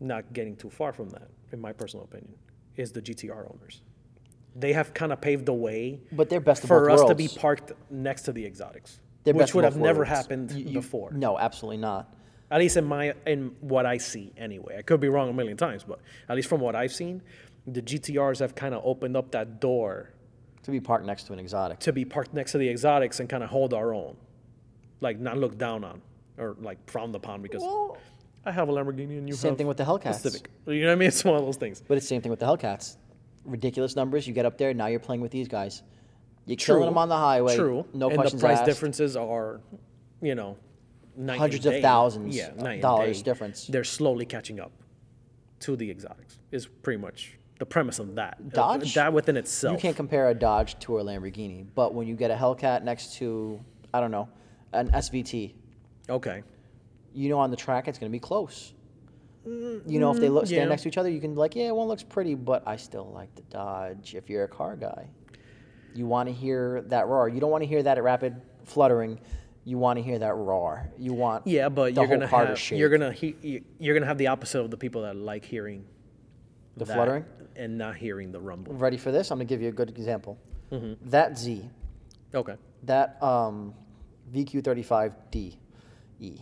A: not getting too far from that, in my personal opinion, is the GTR owners. They have kind of paved the way
B: But they're best of
A: for
B: both
A: us to
B: worlds.
A: be parked next to the exotics,
B: They're best
A: which
B: of
A: would
B: both
A: have never
B: worlds.
A: happened
B: You- you-
A: before.
B: No, absolutely not.
A: At least in my in what I see anyway. I could be wrong a million times, but at least from what I've seen, the GTRs have kind of opened up that door
B: To be parked next to an exotic.
A: to be parked next to the exotics and kind of hold our own, like not looked down on or like frowned upon because
B: Well,
A: I have a Lamborghini and you
B: Same
A: have
B: thing with the
A: a
B: Hellcats.
A: Civic. You know what I mean? It's one of those things.
B: But it's the same thing with the Hellcats. Ridiculous numbers. You get up there, now you're playing with these guys. You're killing them on the highway.
A: True.
B: No
A: and
B: questions
A: the price
B: asked.
A: differences are, you know, night
B: Hundreds
A: and
B: of
A: day.
B: thousands
A: Yeah,
B: of
A: night and
B: dollars
A: day.
B: difference.
A: They're slowly catching up to the exotics. Is pretty much the premise of that. Uh,
B: Dodge?
A: That within
B: You
A: itself.
B: can't compare a Dodge to a Lamborghini, but when you get a Hellcat next to, I don't know, an SVT,
A: Okay.
B: you know on the track it's going to be close. You know, if they look, stand
A: Mm, yeah.
B: next to each other, you can be like, yeah, one looks pretty, but I still like the Dodge if you're a car guy. You want to hear that roar. You don't want to hear that rapid fluttering. You want to hear that roar. You want
A: Yeah, but
B: the
A: you're
B: whole
A: gonna
B: car to
A: have
B: shake.
A: you're gonna he, you- you're gonna have the opposite of the people that like hearing
B: The
A: that
B: fluttering?
A: and not hearing the rumble.
B: ready for this? I'm going to give you a good example. That Z,
A: Okay.
B: that um, VQ35DE, E,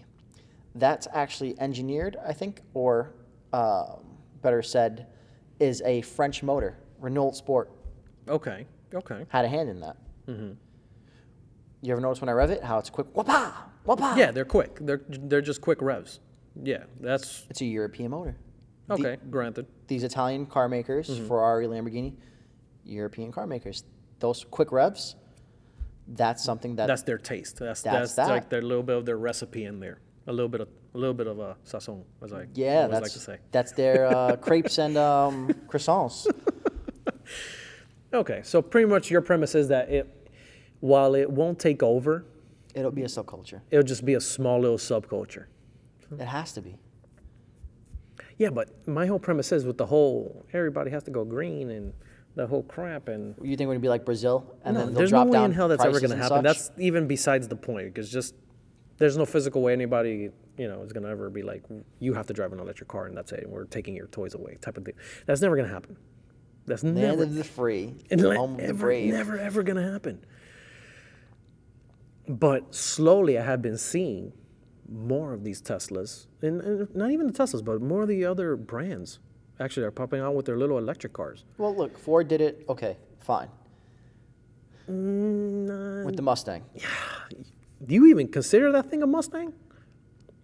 B: that's actually engineered, I think, or um, better said, is a French motor. Renault Sport
A: Okay. Okay.
B: had a hand in that. You ever notice when I rev it how it's quick? Wapa! Wapa!
A: Yeah, they're quick. They're they're just quick revs. Yeah, that's
B: It's a European motor. The-
A: okay. granted.
B: these Italian car makers, Ferrari, Lamborghini, European car makers. Those quick revs, that's something that
A: That's their taste. That's that's,
B: That's
A: like
B: that.
A: their little bit of their recipe in there. A little bit of a little bit of a sazon, as I
B: yeah,
A: always
B: that's
A: like to say.
B: that's their uh, crepes and um, croissants.
A: Okay, so pretty much your premise is that it, while it won't take over,
B: It'll be a subculture.
A: it'll just be a small little subculture.
B: It has to be.
A: Yeah, but my whole premise is with the whole everybody has to go green and the whole crap and
B: You think it would be like Brazil, and then they'll
A: there's no
B: drop
A: way
B: down
A: in hell that's ever
B: prices
A: going to
B: and
A: happen.
B: such?
A: That's even besides the point because just there's no physical way anybody you know is going to ever be like you have to drive an electric car and that's it. We're taking your toys away type of thing. That's never going to happen. That's
B: land
A: never
B: of the free,
A: and like,
B: home of the
A: ever,
B: brave.
A: never ever going to happen. But slowly, I have been seeing more of these Teslas, and, and not even the Teslas, but more of the other brands actually are popping out with their little electric cars.
B: Well, look, Ford did it. Okay, fine.
A: Mm, uh,
B: With the Mustang,
A: do you even consider that thing a Mustang?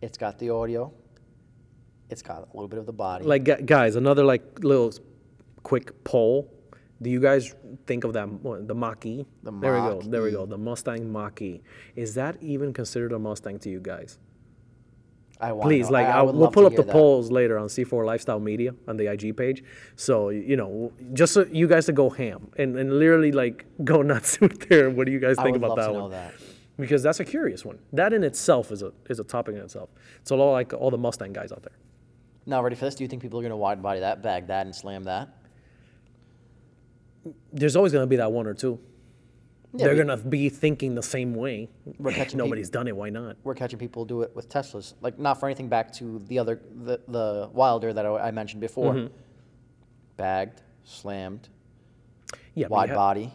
B: it's got the audio. It's got a little bit of the body.
A: Like gu- guys, another like little quick poll. Do you guys think of that mo- the Mach-E?
B: The
A: there we go. There we go. The Mustang Mach-E. Is that even considered a Mustang to you guys?
B: I want.
A: Please,
B: know.
A: like,
B: I,
A: I,
B: I would
A: we'll
B: love to
A: pull up
B: hear
A: the
B: that.
A: polls later on C4 Lifestyle Media on the IG page. So, you know, just so you guys to go ham and, and literally, like, go nuts with there. What do you guys
B: I
A: think
B: would
A: about
B: love
A: that
B: to know
A: one?
B: that.
A: Because that's a curious one. That in itself is a is a topic in itself. It's a lot like all the Mustang guys out there.
B: Now, ready for this? Do you think people are going to wide body that, bag that, and slam that?
A: There's always going to be that one or two.
B: Yeah,
A: They're
B: we-
A: going to be thinking the same way.
B: We're catching peop-
A: Nobody's done it. Why not?
B: We're catching people do it with Teslas. Like, not for anything. Back to the other, the, the Wilder that I, I mentioned before.
A: Mm-hmm.
B: Bagged, slammed,
A: Yeah. but you
B: wide
A: ha-
B: body.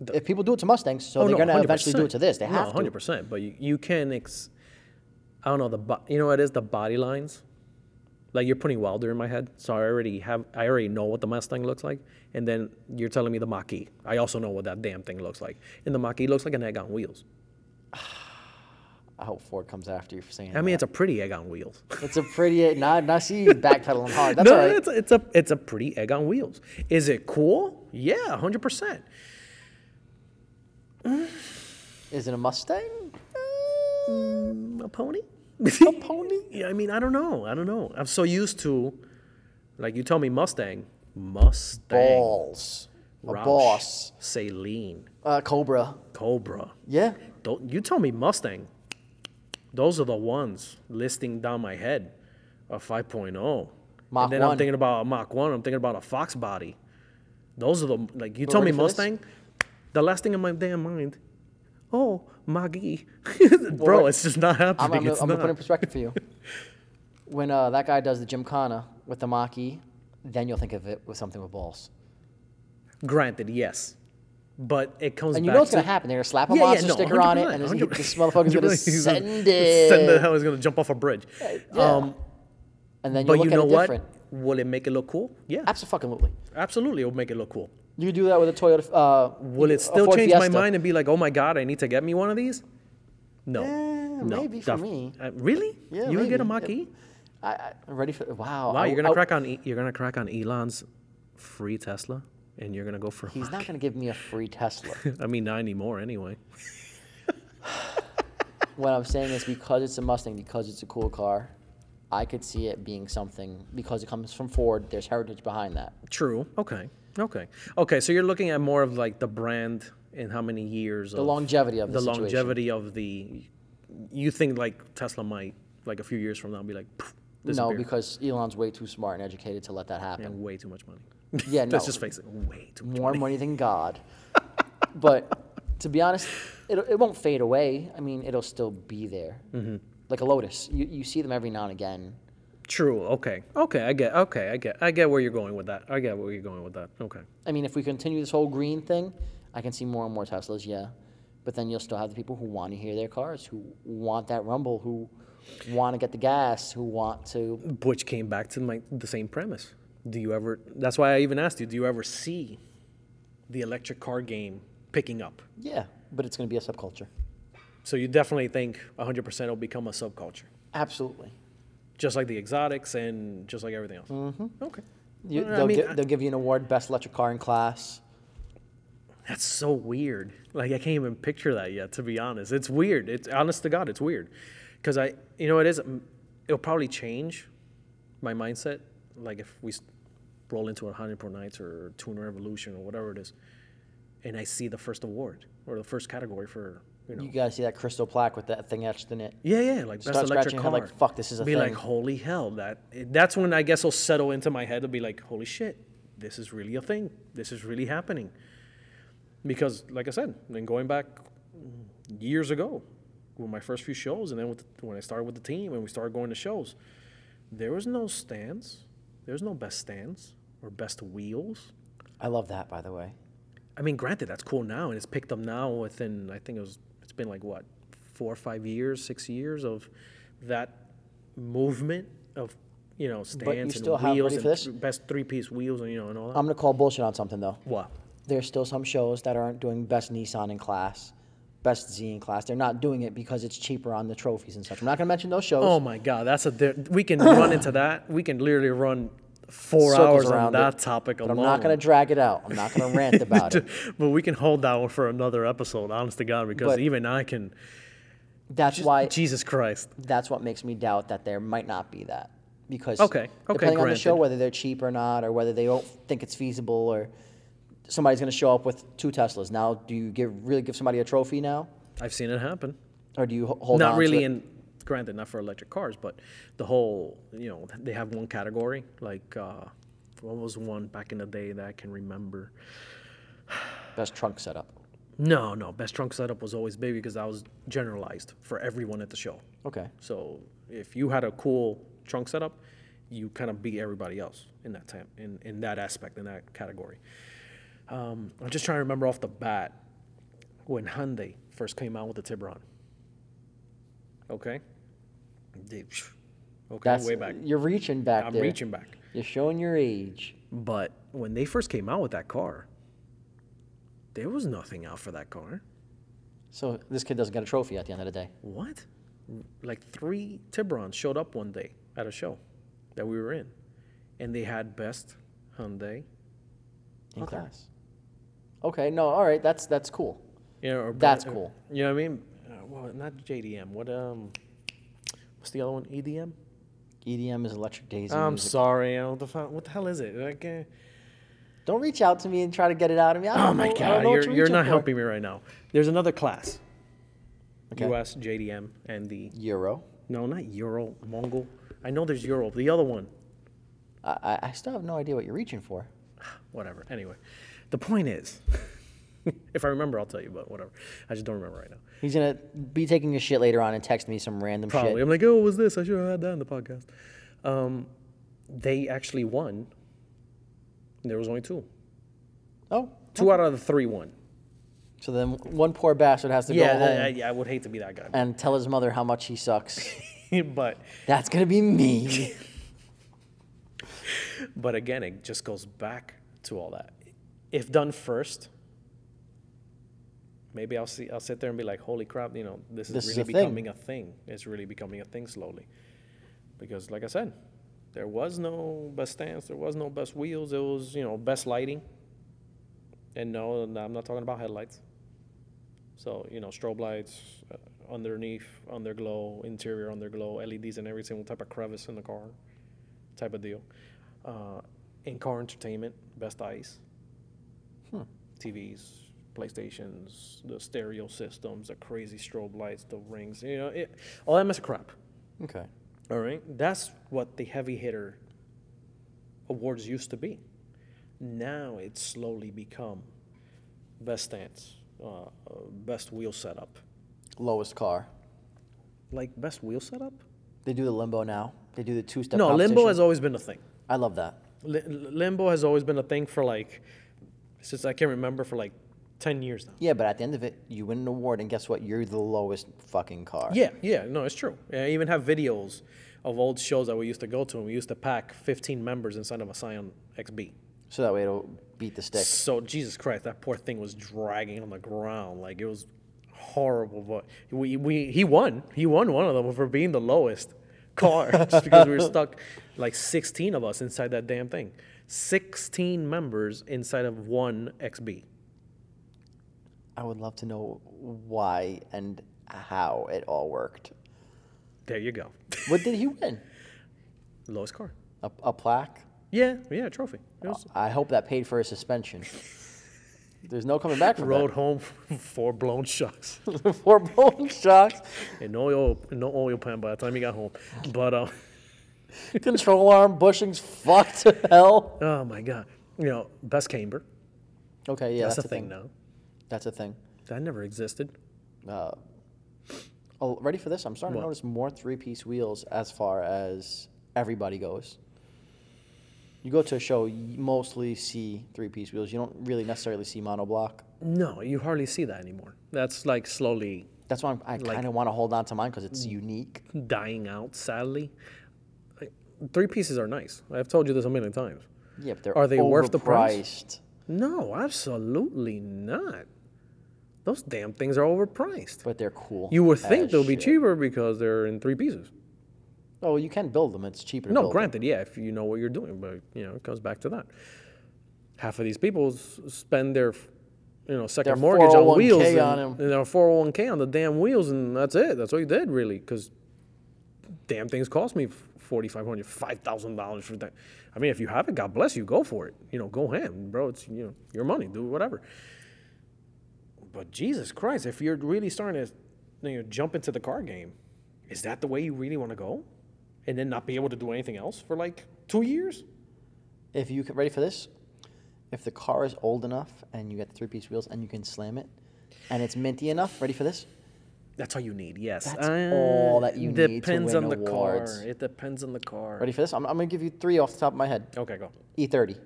A: the-
B: If people do it to Mustangs, so
A: Oh,
B: they're
A: no,
B: going to eventually do it to this. They
A: 100%.
B: have
A: no,
B: to.
A: 100%. But you, you can, ex- I don't know, the bo- you know what it is? The body lines. Like you're putting Wilder in my head, so I already have, I already know what the Mustang looks like. And then you're telling me the Mach-E. I also know what that damn thing looks like. And the Mach-E looks like an egg on wheels.
B: I hope Ford comes after you for saying
A: I mean,
B: that.
A: it's a pretty egg on wheels.
B: It's a pretty. Now, now see, you backpedaling hard. That's
A: no,
B: all right.
A: it's, a, it's a it's a pretty egg on wheels. Is it cool? Yeah, hundred percent.
B: Is it a Mustang?
A: Mm, A pony?
B: A pony?
A: Yeah, I mean, I don't know. I don't know. I'm so used to, like, you tell me Mustang, Mustang,
B: Balls. A
A: Roush,
B: boss.
A: Saline,
B: Uh, Cobra.
A: Cobra.
B: Yeah.
A: Don't you tell me Mustang. Those are the ones listing down my head. A 5.0.
B: Mach
A: oh. and then I'm
B: 1.
A: thinking about a Mach 1. I'm thinking about a Fox body. Those are the, like, you tell me
B: ready for this?
A: Mustang, the last thing in my damn mind, oh, Maggie. Bro,
B: we're-
A: it's just not
B: I'm,
A: happening.
B: I'm, gonna-
A: it's
B: I'm gonna
A: not.
B: put it in perspective for you. when uh, that guy does the Gymkhana with the Maki, then you'll think of it with something with balls.
A: Granted, yes, but it comes.
B: And you
A: back
B: know what's
A: to,
B: gonna happen? They're gonna slap a monster sticker on it, and this,
A: 100%,
B: this motherfucker's gonna
A: 100%. He's
B: send
A: Send it.
B: it.
A: How he's gonna jump off a bridge?
B: yeah.
A: Um,
B: And then you
A: but
B: look
A: you
B: at
A: know
B: it
A: what?
B: different.
A: Will it make it look cool? Yeah,
B: Absolutely.
A: absolutely. It will make it look cool.
B: You could do that with a Toyota. Uh,
A: Will
B: a
A: it still
B: Ford
A: change my
B: Fiesta.
A: mind and be like, oh my god, I need to get me one of these? No,
B: Eh,
A: no.
B: maybe for
A: def-
B: me.
A: Uh, really?
B: Yeah,
A: You would get a
B: maybe.
A: Mach E?
B: I, I, I'm ready for wow.
A: Wow,
B: I-
A: you're gonna
B: I-
A: crack on. E- you're gonna crack on Elon's free Tesla, and you're gonna go for. a
B: He's
A: Mach-
B: not gonna give me a free Tesla.
A: I mean, not anymore anyway.
B: what I'm saying is because it's a Mustang, because it's a cool car, I could see it being something because it comes from Ford. There's heritage behind that.
A: True. Okay. Okay. Okay. So you're looking at more of like the brand and how many years. The
B: longevity of the situation.
A: longevity of the. You think like Tesla might like a few years from now be like. Poof, disappear.
B: No, because Elon's way too smart and educated to let that happen.
A: and way too much money.
B: Yeah, no.
A: Let's just face it. Way too much.
B: More money than God. but to be honest, it, it won't fade away. I mean, it'll still be there. Like a Lotus, you, you see them every now and again.
A: True. Okay. Okay. I get. Okay. I get. I get where you're going with that. I get where you're going with that. Okay.
B: I mean, if we continue this whole green thing, I can see more and more Teslas, yeah. But then you'll still have the people who want to hear their cars, who want that rumble, who want to get the gas, who want to.
A: Which came back to my the same premise. Do you ever? That's why I even asked you. Do you ever see the electric car game picking up?
B: Yeah, but it's going to be a subculture.
A: So you definitely think 100% will become a subculture,
B: Absolutely.
A: just like the exotics and just like everything else. Mm-hmm. Okay.
B: You,
A: Well,
B: they'll,
A: I mean,
B: gi- they'll give you an award, best electric car in class.
A: That's so weird. Like I can't even picture that yet. To be honest, it's weird. It's honest to God, it's weird, because I, you know, it is. It'll probably change my mindset. Like if we s- roll into a hundred point nights or tuner evolution or whatever it is, and I see the first award or the first category for you know.
B: You guys see that crystal plaque with that thing etched in it?
A: yeah, yeah, like best
B: Start
A: electric
B: scratching your
A: car.
B: head, like, "Fuck, this is a
A: be like,
B: thing."
A: holy hell! That that's when I guess I'll settle into my head to be like, holy shit, this is really a thing. This is really happening. Because, like I said, then going back years ago with my first few shows, and then with when I started with the team and we started going to shows, there was no stands. There was no best stands or best wheels.
B: I love that, by the way.
A: I mean, granted, that's cool now, and it's picked up now within, I think it was, it's been like what, four or five years, six years of that movement of, you know, stands
B: still
A: and
B: have- ready
A: wheels
B: for
A: and
B: this? Um,
A: th- best three piece wheels and, you know, and all that.
B: I'm gonna call bullshit on something though.
A: what?
B: There's still some shows that aren't doing best Nissan in class, best Z in class. They're not doing it because it's cheaper on the trophies and such. I'm not gonna mention those shows.
A: Oh my God, that's a, di- we can run into that. We can literally run four
B: circles
A: hours on
B: around it,
A: that topic
B: but
A: alone.
B: I'm not gonna drag it out. I'm not gonna rant about it.
A: but we can hold that one for another episode, honest to God, because
B: But-
A: even I can.
B: That's why
A: Jesus Christ.
B: that's what makes me doubt that there might not be that because
A: Okay, okay,
B: depending on the show
A: granted.
B: whether they're cheap or not or whether they don't think it's feasible or somebody's going to show up with two teslas now do you give really give somebody a trophy now
A: I've seen it happen.
B: or do you h- hold
A: not
B: on
A: really
B: to it?
A: in granted not for electric cars but the whole you know they have one category like uh what was one back in the day that i can remember
B: best trunk setup
A: no no best trunk setup was always big because that was generalized for everyone at the show
B: okay
A: so if you had a cool trunk setup you kind of beat everybody else in that time in, in that aspect in that category um, i'm just trying to remember off the bat when hyundai first came out with the tiburon okay They- phew. okay
B: that's
A: way back
B: you're reaching back
A: i'm
B: there
A: reaching back
B: you're showing your age
A: but when they first came out with that car there was nothing out for that car
B: so this kid doesn't get a trophy at the end of the day
A: What? Like three Tiburons showed up one day at a show that we were in, and they had best Hyundai,
B: in
A: Okay.
B: class okay no all right that's that's cool
A: you know, or br-
B: That's
A: uh,
B: cool.
A: You know what I mean? Uh, well, not JDM. What um, what's the other one? EDM.
B: edm E is electric daisy
A: I'm
B: music.
A: sorry. I don't defi- what the hell is it? Like, uh,
B: don't reach out to me and try to get it out of me I don't
A: oh my
B: know- I don't
A: god,
B: know what
A: you're, you're
B: reaching
A: not
B: for.
A: helping me right now. There's another class.
B: Okay.
A: U.S. JDM and the
B: euro
A: no, not Euro Mongol. I know there's Euro. The other one.
B: I, I I still have no idea what you're reaching for.
A: whatever. Anyway, the point is, if I remember, I'll tell you, but whatever. I just don't remember right now.
B: He's gonna be taking a shit later on and text me some random
A: Probably.
B: shit.
A: I'm like, oh, what was this? I should have had that in the podcast. Um, they actually won. There was only two.
B: Oh,
A: Two out of the three won.
B: so then one poor bastard has to
A: Yeah,
B: go home
A: that- I, yeah, I would hate to be that guy.
B: and tell his mother how much he sucks.
A: but
B: That's gonna be me.
A: but again, it just goes back to all that. If done first, maybe I'll see. I'll sit there and be like, "Holy crap! You know, this is
B: This is
A: really
B: a thing.
A: becoming a thing. It's really becoming a thing slowly." Because, like I said, there was no best stance. There was no best wheels. It was you know best lighting. And no, I'm not talking about headlights. So you know, strobe lights, uh, underneath, underglow, interior underglow, LEDs in every single type of crevice in the car, type of deal. Uh, in car entertainment, best ice,
B: Hmm.
A: TVs, PlayStations, the stereo systems, the crazy strobe lights, the rings. You know, it, all that mess of crap.
B: okay.
A: All right, that's what the heavy hitter awards used to be. Now it's slowly become best stance, uh, uh, best wheel setup.
B: Lowest car.
A: Like best wheel setup?
B: They do the limbo now. They do the two-step.
A: No, limbo
B: competition.
A: has always been a thing.
B: I love that.
A: Li- limbo has always been a thing for like since I can remember for like ten years now.
B: Yeah, but at the end of it, you win an award, and guess what? You're the lowest fucking car.
A: Yeah, yeah, no, it's true. I even have videos of old shows that we used to go to, and we used to pack 15 members inside of a Scion XB.
B: So that way it'll beat the stick.
A: So Jesus Christ, that poor thing was dragging on the ground like it was horrible. But we, we he won. He won one of them for being the lowest car just because we were stuck like 16 of us inside that damn thing. 16 members inside of one XB.
B: I would love to know why and how it all worked.
A: There you go.
B: What did he win?
A: Lowest car.
B: A, a plaque?
A: Yeah, yeah, trophy. It was
B: I hope that paid for his suspension. There's no coming back from
A: rode home four blown shocks
B: that. Four bone shocks,
A: and no oil, no oil pan by the time he got home. But um,
B: control arm bushings, fucked to hell.
A: oh my god, you know, best camber.
B: Okay, yeah,
A: That's,
B: that's,
A: a
B: a thing.
A: thing now.
B: That's a thing.
A: That never existed.
B: Uh, oh, ready for this? I'm starting to notice more three-piece wheels as far as everybody goes. You go to a show, you mostly see three-piece wheels. You don't really necessarily see monoblock.
A: No, you hardly see that anymore. That's like slowly
B: That's why I'm, I kind of want to hold on to mine because it's
A: Mm.
B: unique.
A: dying out. Sadly, I- three pieces are nice. I've told you this a million times.
B: Yeah, but they're
A: Are they worth the price?
B: overpriced.
A: No, absolutely not. Those damn things are overpriced.
B: But they're cool.
A: You would think
B: as
A: they'll be
B: shit.
A: cheaper because they're in three pieces.
B: Oh, you can build them. It's cheaper. to
A: No,
B: build them.
A: granted, yeah, if you know what you're doing, but you know, it comes back to that. Half of these people s- spend their, you know, second
B: Their
A: mortgage on
B: 401k
A: wheels and,
B: on 'em.
A: and their 401k on the damn wheels, and that's it. That's all you did, really, because damn things cost me forty five hundred, five thousand dollars for that. I mean, if you have it, God bless you, go for it. You know, go ham, bro. It's you know your money, do whatever. But Jesus Christ, if you're really starting to you know, jump into the car game, is that the way you really want to go? And then not be able to do anything else for like two years?
B: If you can, ready for this? If the car is old enough and you get the three-piece wheels and you can slam it, and it's minty enough, ready for this?
A: That's all you need. Yes, Uh,
B: That's all that you need to
A: Depends
B: win
A: on the
B: awards.
A: car. It depends on the car.
B: Ready for this? I'm, I'm gonna give you three off the top of my head. E
A: Okay, go.
B: E30.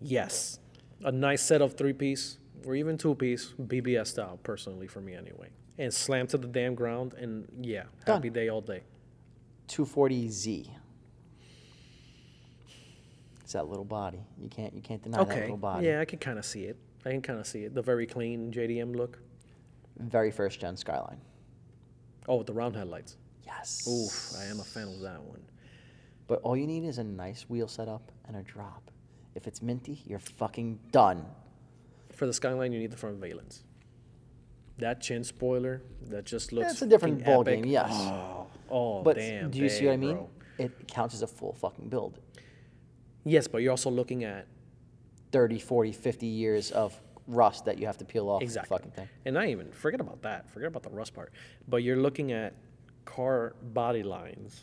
A: Yes, a nice set of three piece or even two piece BBS style, personally for me anyway. And slam to the damn ground, and yeah, happy day all day.
B: 240Z. It's that little body. You can't you can't deny that
A: Okay,
B: little body.
A: yeah, I can kind of see it. I can kind of see it. The very clean JDM look.
B: Very first gen Skyline.
A: Oh, with the round headlights.
B: Yes.
A: Oof, I am a fan of that one.
B: But all you need is a nice wheel setup and a drop. If it's minty, you're fucking done.
A: For the Skyline, you need the front valence. That chin spoiler, that just looks.
B: That's a different
A: fucking
B: ball
A: epic.
B: game, yes.
A: Oh, oh,
B: But
A: damn.
B: do you see what I
A: dang,
B: mean?
A: bro.
B: It counts as a full fucking build.
A: Yes, but you're also looking at
B: 30, 40, 50 years of rust that you have to peel off
A: Exactly.
B: the fucking thing.
A: And not even forget about that. Forget about the rust part. But you're looking at car body lines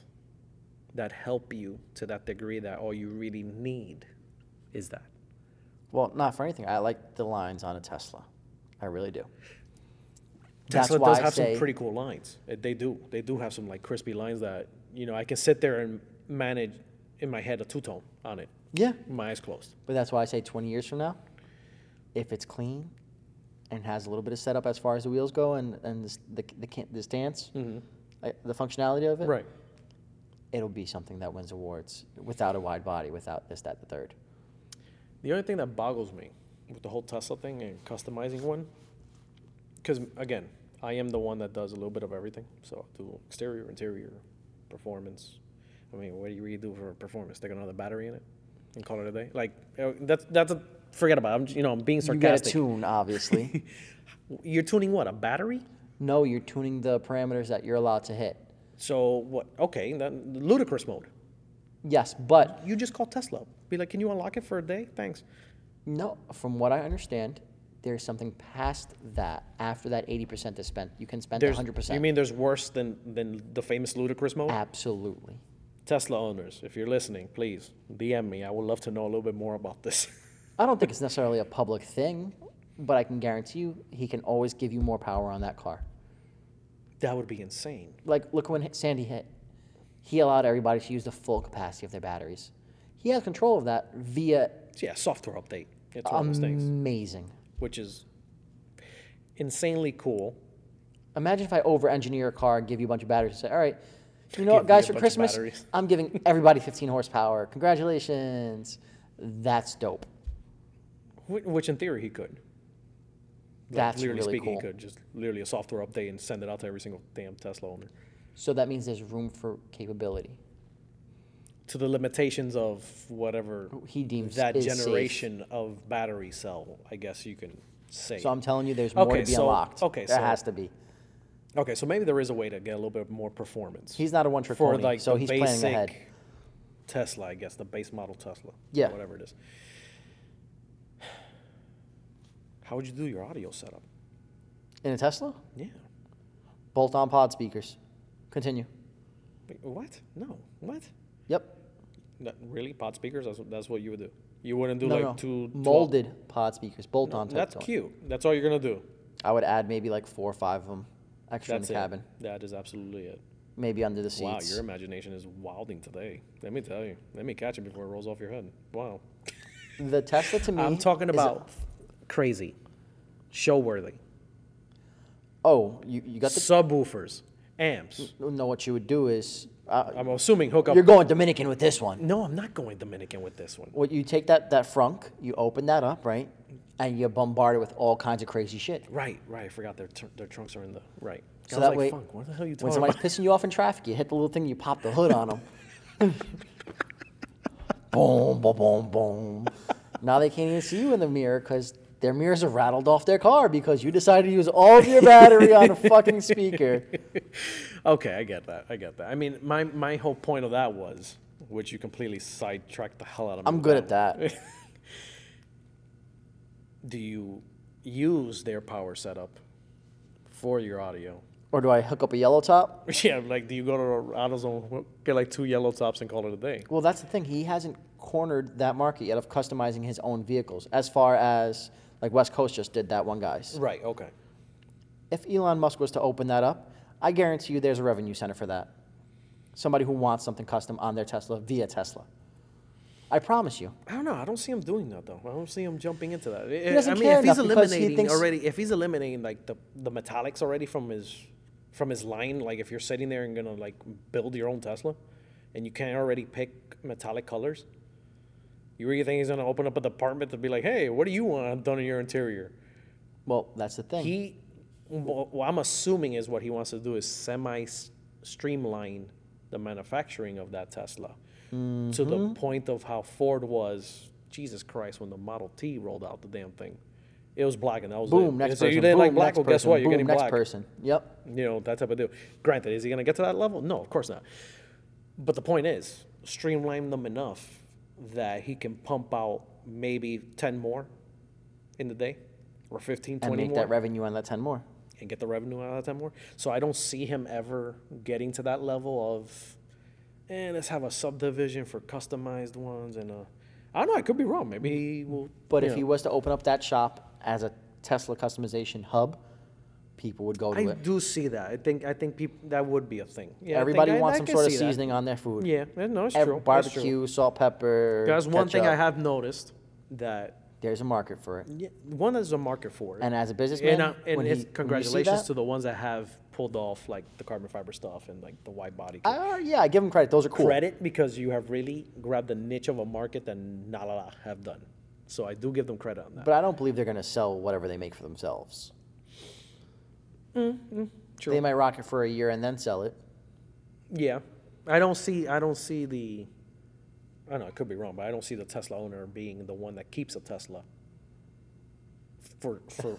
A: that help you to that degree that all you really need is that.
B: Well, not for anything. I like the lines on a Tesla. I really do.
A: Tesla
B: That's why
A: does
B: I
A: have
B: say-
A: some pretty cool lines. Uh, They do. They do have some like crispy lines that you know I can sit there and manage in my head a two tone on it,
B: Yeah.
A: my eyes closed.
B: But that's why I say 20 years from now, if it's clean and has a little bit of setup as far as the wheels go and, and this, the, the, can- the stance, I- the functionality of it,
A: Mm-hmm. Right.
B: it'll be something that wins awards without a wide body, without this, that, the third.
A: The only thing that boggles me with the whole Tesla thing and customizing one, because again, I am the one that does a little bit of everything. So I do exterior, interior, performance. I mean, what do you really do for performance? Take another battery in it and call it a day? Like you know, that's that's a forget about. It. I'm j- you know I'm being
B: You got to
A: sarcastic.
B: tune, obviously.
A: You're tuning what a battery?
B: no, you're tuning the parameters that you're allowed to hit.
A: So what? Okay, then ludicrous mode.
B: Yes, but
A: You just call Tesla. Be like, can you unlock it for a day? Thanks.
B: No, from what I understand, there's something past that. After that 80% is spent, you can spend
A: There's,
B: 100%.
A: You mean there's worse than than the famous ludicrous mode?
B: Uh, Absolutely.
A: Tesla owners, if you're listening, please DM me. I would love to know a little bit more about this.
B: I don't think it's necessarily a public thing, but I can guarantee you he can always give you more power on that car.
A: that would be insane.
B: Like, look when hit- Sandy hit. He allowed everybody to use the full capacity of their batteries. He has control of that via
A: Yeah, software update. It's one of those
B: Um,
A: things,
B: amazing.
A: which is insanely cool.
B: Imagine if I over engineer a car and give you a bunch of batteries and say, all right, you know
A: Give
B: what,
A: you
B: guys,
A: a
B: for
A: bunch of
B: Christmas,
A: batteries."
B: I'm giving everybody 15 horsepower. Congratulations. That's dope.
A: Wh- Which, in theory, he could. Like,
B: That's
A: literally
B: really
A: speaking,
B: cool.
A: he could just literally a software update and send it out to every single damn Tesla owner
B: So that means there's room for capability.
A: to the limitations of whatever
B: Oh, He deems
A: that
B: is safe.
A: generation of battery cell. I guess you can Say.
B: So I'm telling you, there's more
A: Okay,
B: to be
A: so-
B: unlocked.
A: okay,
B: there
A: so-
B: has to be.
A: okay, so maybe there is a way to get a little bit more performance
B: He's not a one trick
A: for
B: pony,
A: like
B: so
A: the
B: he's planning ahead.
A: basic Tesla, I guess the base model Tesla,
B: Yeah.
A: whatever it is. How would you do your audio setup?
B: In a Tesla,
A: Yeah.
B: bolt-on pod speakers. Continue.
A: Wait, What? No. What?
B: Yep.
A: No, really? Pod speakers? That's, what- that's what you would do. You wouldn't do
B: no,
A: like
B: no.
A: two 12
B: molded pod speakers, bolt-on. type
A: That's
B: joint.
A: cute. That's all you're gonna do.
B: I would add maybe like four or five of them extra
A: That's
B: in the cabin,
A: It. That is absolutely it.
B: maybe under the seats.
A: Wow, your imagination is wilding today. Let me tell you. Let me catch it before it rolls off your head. Wow.
B: The Tesla to me.
A: I'm talking
B: Mm-hmm. is a-
A: about crazy, show worthy,
B: oh, you, you got the.
A: subwoofers, amps.
B: No, what you would do is. Uh,
A: I'm assuming hookup.
B: you're going Dominican with this one.
A: no, I'm not going Dominican with this one.
B: What you take that that frunk, you open that up, right, and you're bombarded with all kinds of crazy shit.
A: Right, right. I forgot their tr- their trunks are in the right.
B: So
A: I was
B: that
A: like,
B: way-
A: Funk, what the hell are you
B: When
A: talking
B: somebody's
A: about?
B: pissing you off in traffic, you hit the little thing, you pop the hood on them. boom, boom, boom, boom. Now they can't even see you in the mirror because their mirrors are rattled off their car because you decided to use all of your battery on a fucking speaker.
A: Okay, I get that. I get that. I mean, my my whole point of that was, which you completely sidetracked the hell out of me.
B: I'm
A: with
B: good at
A: one.
B: that.
A: do you use their power setup for your audio?
B: Or do I hook up a yellow top?
A: Yeah, like do you go to AutoZone, get like two yellow tops and call it a day?
B: Well, that's the thing. He hasn't cornered that market yet of customizing his own vehicles as far as like West Coast just did that one guy's.
A: Right. Okay.
B: if Elon Musk was to open that up, I guarantee you there's a revenue center for that. Somebody who wants something custom on their Tesla via Tesla. I promise you.
A: I don't know. I don't see him doing that though. I don't see him jumping into that. I-
B: doesn't
A: I mean,
B: care
A: if he's
B: enough because he
A: eliminating
B: thinks-
A: already, if he's eliminating like the, the metallics already from his from his line, like if you're sitting there and gonna like build your own Tesla, and you can't already pick metallic colors, you really think he's gonna open up a department to be like, hey, what do you want done in your interior?
B: Well, that's the thing.
A: He, what what I'm assuming is what he wants to do is semi s- streamline the manufacturing of that Tesla to the
B: Mm-hmm.
A: point of how Ford was. Jesus Christ, when the Model T rolled out the damn thing, it was black and that was
B: boom,
A: it.
B: next
A: so
B: person.
A: you didn't
B: boom,
A: like black,
B: next
A: well,
B: person.
A: guess what? You're
B: boom,
A: getting
B: next
A: black.
B: person. Yep.
A: You know that type of deal. Granted, is he gonna get to that level? No, of course not. But the point is, streamline them enough that he can pump out maybe 10 more in the day or 15, 20
B: And make
A: more
B: that revenue on that 10 more.
A: and get the revenue out of that more. So I don't see him ever getting to that level of, and let's have a subdivision for customized ones and a. I don't know. I could be wrong. Maybe he will.
B: Mm-hmm. But
A: you
B: if
A: know.
B: he was to open up that shop as a Tesla customization hub, people would go to
A: I
B: it.
A: do see that. I think I think people that would be a thing. Yeah, I think
B: Everybody
A: I- I
B: wants some
A: can
B: sort of
A: see that.
B: seasoning on their food.
A: Yeah, yeah, no, it's
B: Ev-
A: true. That's true.
B: Barbecue, salt, pepper.
A: That's one thing I
B: ketchup.
A: have noticed that
B: There's a market for it.
A: yeah, one there's a market for it.
B: And as a businessman,
A: and, I, and it's
B: when he- when you see
A: congratulations
B: that-
A: to the ones that have pulled off like the carbon fiber stuff and like the wide body.
B: Uh, yeah, I give him credit. Those are cool.
A: credit because you have really grabbed the niche of a market that not a lot have done. So I do give them credit on that.
B: But I don't believe they're going to sell whatever they make for themselves.
A: Mm-hmm. True.
B: They might rock it for a year and then sell it.
A: yeah, I don't see. I don't see the. I don't know. I could be wrong, but I don't see the Tesla owner being the one that keeps a Tesla. For for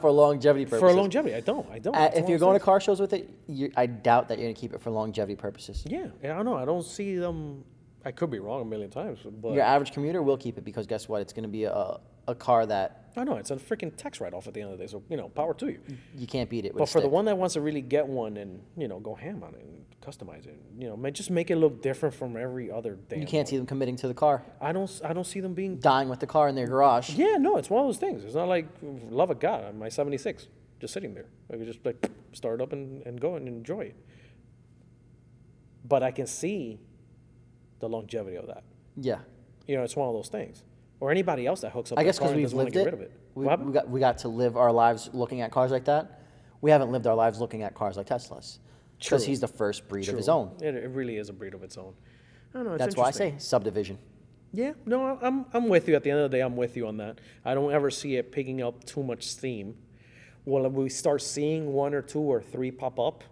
B: for longevity purposes.
A: for longevity, I don't. I don't.
B: Uh,
A: That's
B: if
A: all
B: you're
A: I'm
B: going to
A: saying.
B: car shows with it, you, I doubt that you're going to keep it for longevity purposes.
A: yeah, yeah, I don't know. I don't see them. I could be wrong a million times, but
B: Your average commuter will keep it because guess what? It's going to be a, a car that
A: I know it's a freaking tax write-off at the end of the day. So you know, power to you.
B: you can't beat it with.
A: But for the
B: stick.
A: one that wants to really get one and you know go ham on it and customize it, you know, man, just make it look different from every other damn.
B: you can't see them committing to the car,
A: one. I don't. s- I don't see them being.
B: dying with the car in their garage.
A: Yeah, no, it's one of those things. It's not like love of God. My seventy six, just sitting there. I could just like start up and, and go and enjoy it. But I can see the longevity of that.
B: Yeah.
A: You know, it's one of those things. Or anybody else that hooks up.
B: I
A: their
B: guess
A: car
B: because
A: and
B: we've
A: doesn't wanna
B: lived
A: get
B: it,
A: rid of it.
B: We,
A: What happened?
B: we got we got to live our lives looking at cars like that. We haven't lived our lives looking at cars like Teslas
A: True.
B: because he's the first breed of his
A: True.
B: own.
A: It, it really is a breed of its own. I don't know. It's
B: That's why I
A: interesting.
B: say subdivision.
A: Yeah, no, I- I'm I'm with you. At the end of the day, I'm with you on that. I don't ever see it picking up too much steam. Well, if we start seeing one or two or three pop up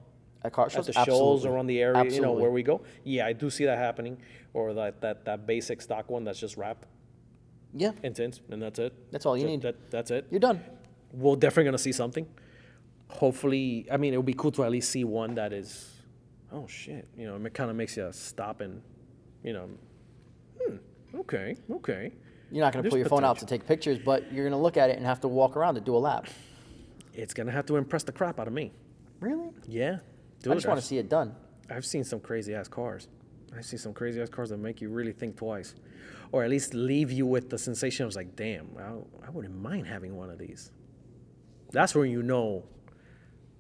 B: At car
A: at
B: shows,
A: the shows
B: absolutely.
A: or on the area, you know,
B: Absolutely.
A: where we go. Yeah, I do see that happening, or that that that basic stock one that's just wrapped.
B: Yeah,
A: intense, and that's it.
B: That's all you
A: That-
B: need.
A: That, that's it.
B: you're done.
A: We're definitely gonna see something. Hopefully, I mean, it would be cool to at least see one that is, oh shit, you know, it kind of makes you stop and, you know, hmm, okay, okay,
B: You're not going to
A: There's
B: pull your phone out to
A: potential.
B: take pictures, but you're going to look at it and have to walk around to do a lap.
A: it's gonna have to impress the crap out of me.
B: Really?
A: Yeah, dude.
B: I just want
A: I've-
B: to see it done.
A: I've seen some crazy ass cars. I've seen some crazy ass cars that make you really think twice, or at least leave you with the sensation of like, damn, I, I wouldn't mind having one of these. That's when you know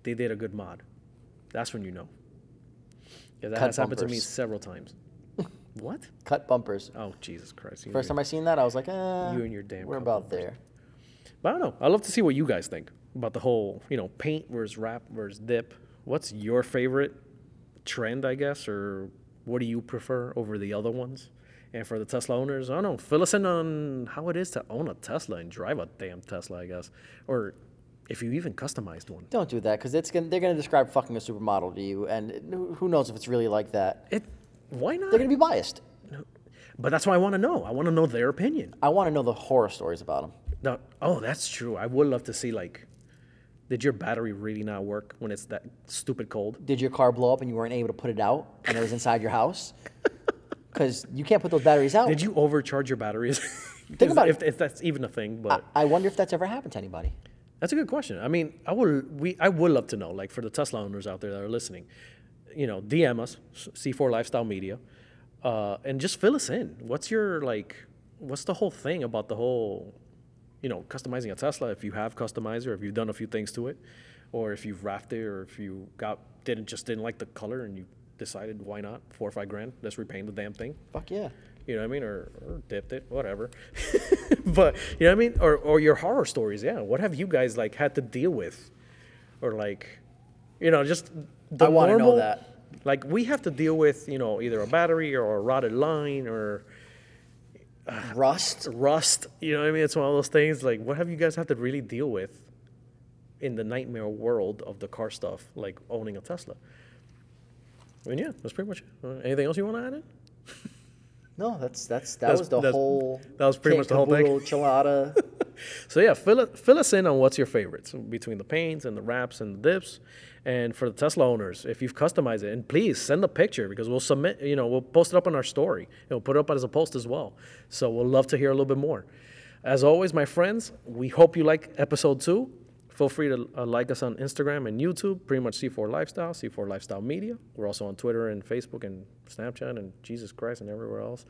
A: they did a good mod. That's when you know. Yeah, that
B: Cut
A: has happened to me
B: bumpers.
A: several times. what?
B: Cut bumpers.
A: Oh Jesus Christ! You and
B: First
A: your-
B: time I seen that, I was like, eh,
A: You and your damn
B: We're
A: cut
B: about
A: bumpers.
B: there.
A: But I don't know. I'd love to see what you guys think about the whole, you know, paint versus wrap versus dip. What's your favorite trend, I guess, or what do you prefer over the other ones? And for the Tesla owners, I don't know. Fill us in on how it is to own a Tesla and drive a damn Tesla, I guess, or if you even customized one.
B: Don't do that because it's gonna, they're going to describe fucking a supermodel to you, and who- who knows if it's really like that.
A: It, why not?
B: They're going to be biased.
A: but that's why I want to know. I want to know their opinion.
B: I want to know the horror stories about them.
A: Now, oh, that's true. I would love to see like, did your battery really not work when it's that stupid cold?
B: Did your car blow up and you weren't able to put it out, and it was inside your house? Because you can't put those batteries out.
A: Did you overcharge your batteries? Is-
B: about it.
A: if, if that's even a thing, but
B: I wonder if that's ever happened to anybody.
A: that's a good question. I mean, I would we I would love to know, like for the Tesla owners out there that are listening, you know, DM us C4 Lifestyle Media, uh, and just fill us in. What's your like? What's the whole thing about the whole, you know, customizing a Tesla? If you have customized or if you've done a few things to it, or if you've wrapped it, or if you got didn't just didn't like the color and you decided why not four or five grand, let's repaint the damn thing.
B: Fuck yeah.
A: You know what I mean? Or, or dipped it, whatever. but you know what I mean? Or, or your horror stories, yeah. What have you guys like had to deal with? Or like, you know, just the
B: I wanna know
A: normal-
B: that.
A: Like we have to deal with, you know, either a battery or a rotted line or
B: Rust.
A: rust. You know what I mean? It's one of those things. Like, what have you guys had to really deal with in the nightmare world of the car stuff, like owning a Tesla? I mean, yeah, that's pretty much it. Uh, Anything else you want to add in?
B: No, that's that's that
A: That's-
B: was the
A: that's-
B: whole.
A: that was pretty
B: kit,
A: much the whole thing.
B: caboodle, Enchilada.
A: So yeah, fill, it- fill us in on what's your favorites between the paints and the wraps and the dips, and for the Tesla owners, if you've customized it, and please send a picture because we'll submit. You know, we'll post it up on our story and we'll put it up as a post as well. So we'll love to hear a little bit more. As always, my friends, we hope you like episode two. Feel free to uh, like us on Instagram and YouTube, pretty much C4 Lifestyle, C4 Lifestyle Media. We're also on Twitter and Facebook and Snapchat and Jesus Christ and everywhere else.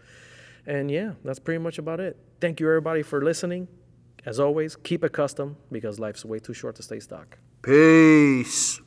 A: And yeah, that's pretty much about it. Thank you, everybody, for listening. As always, keep it custom because life's way too short to stay stock.
B: Peace.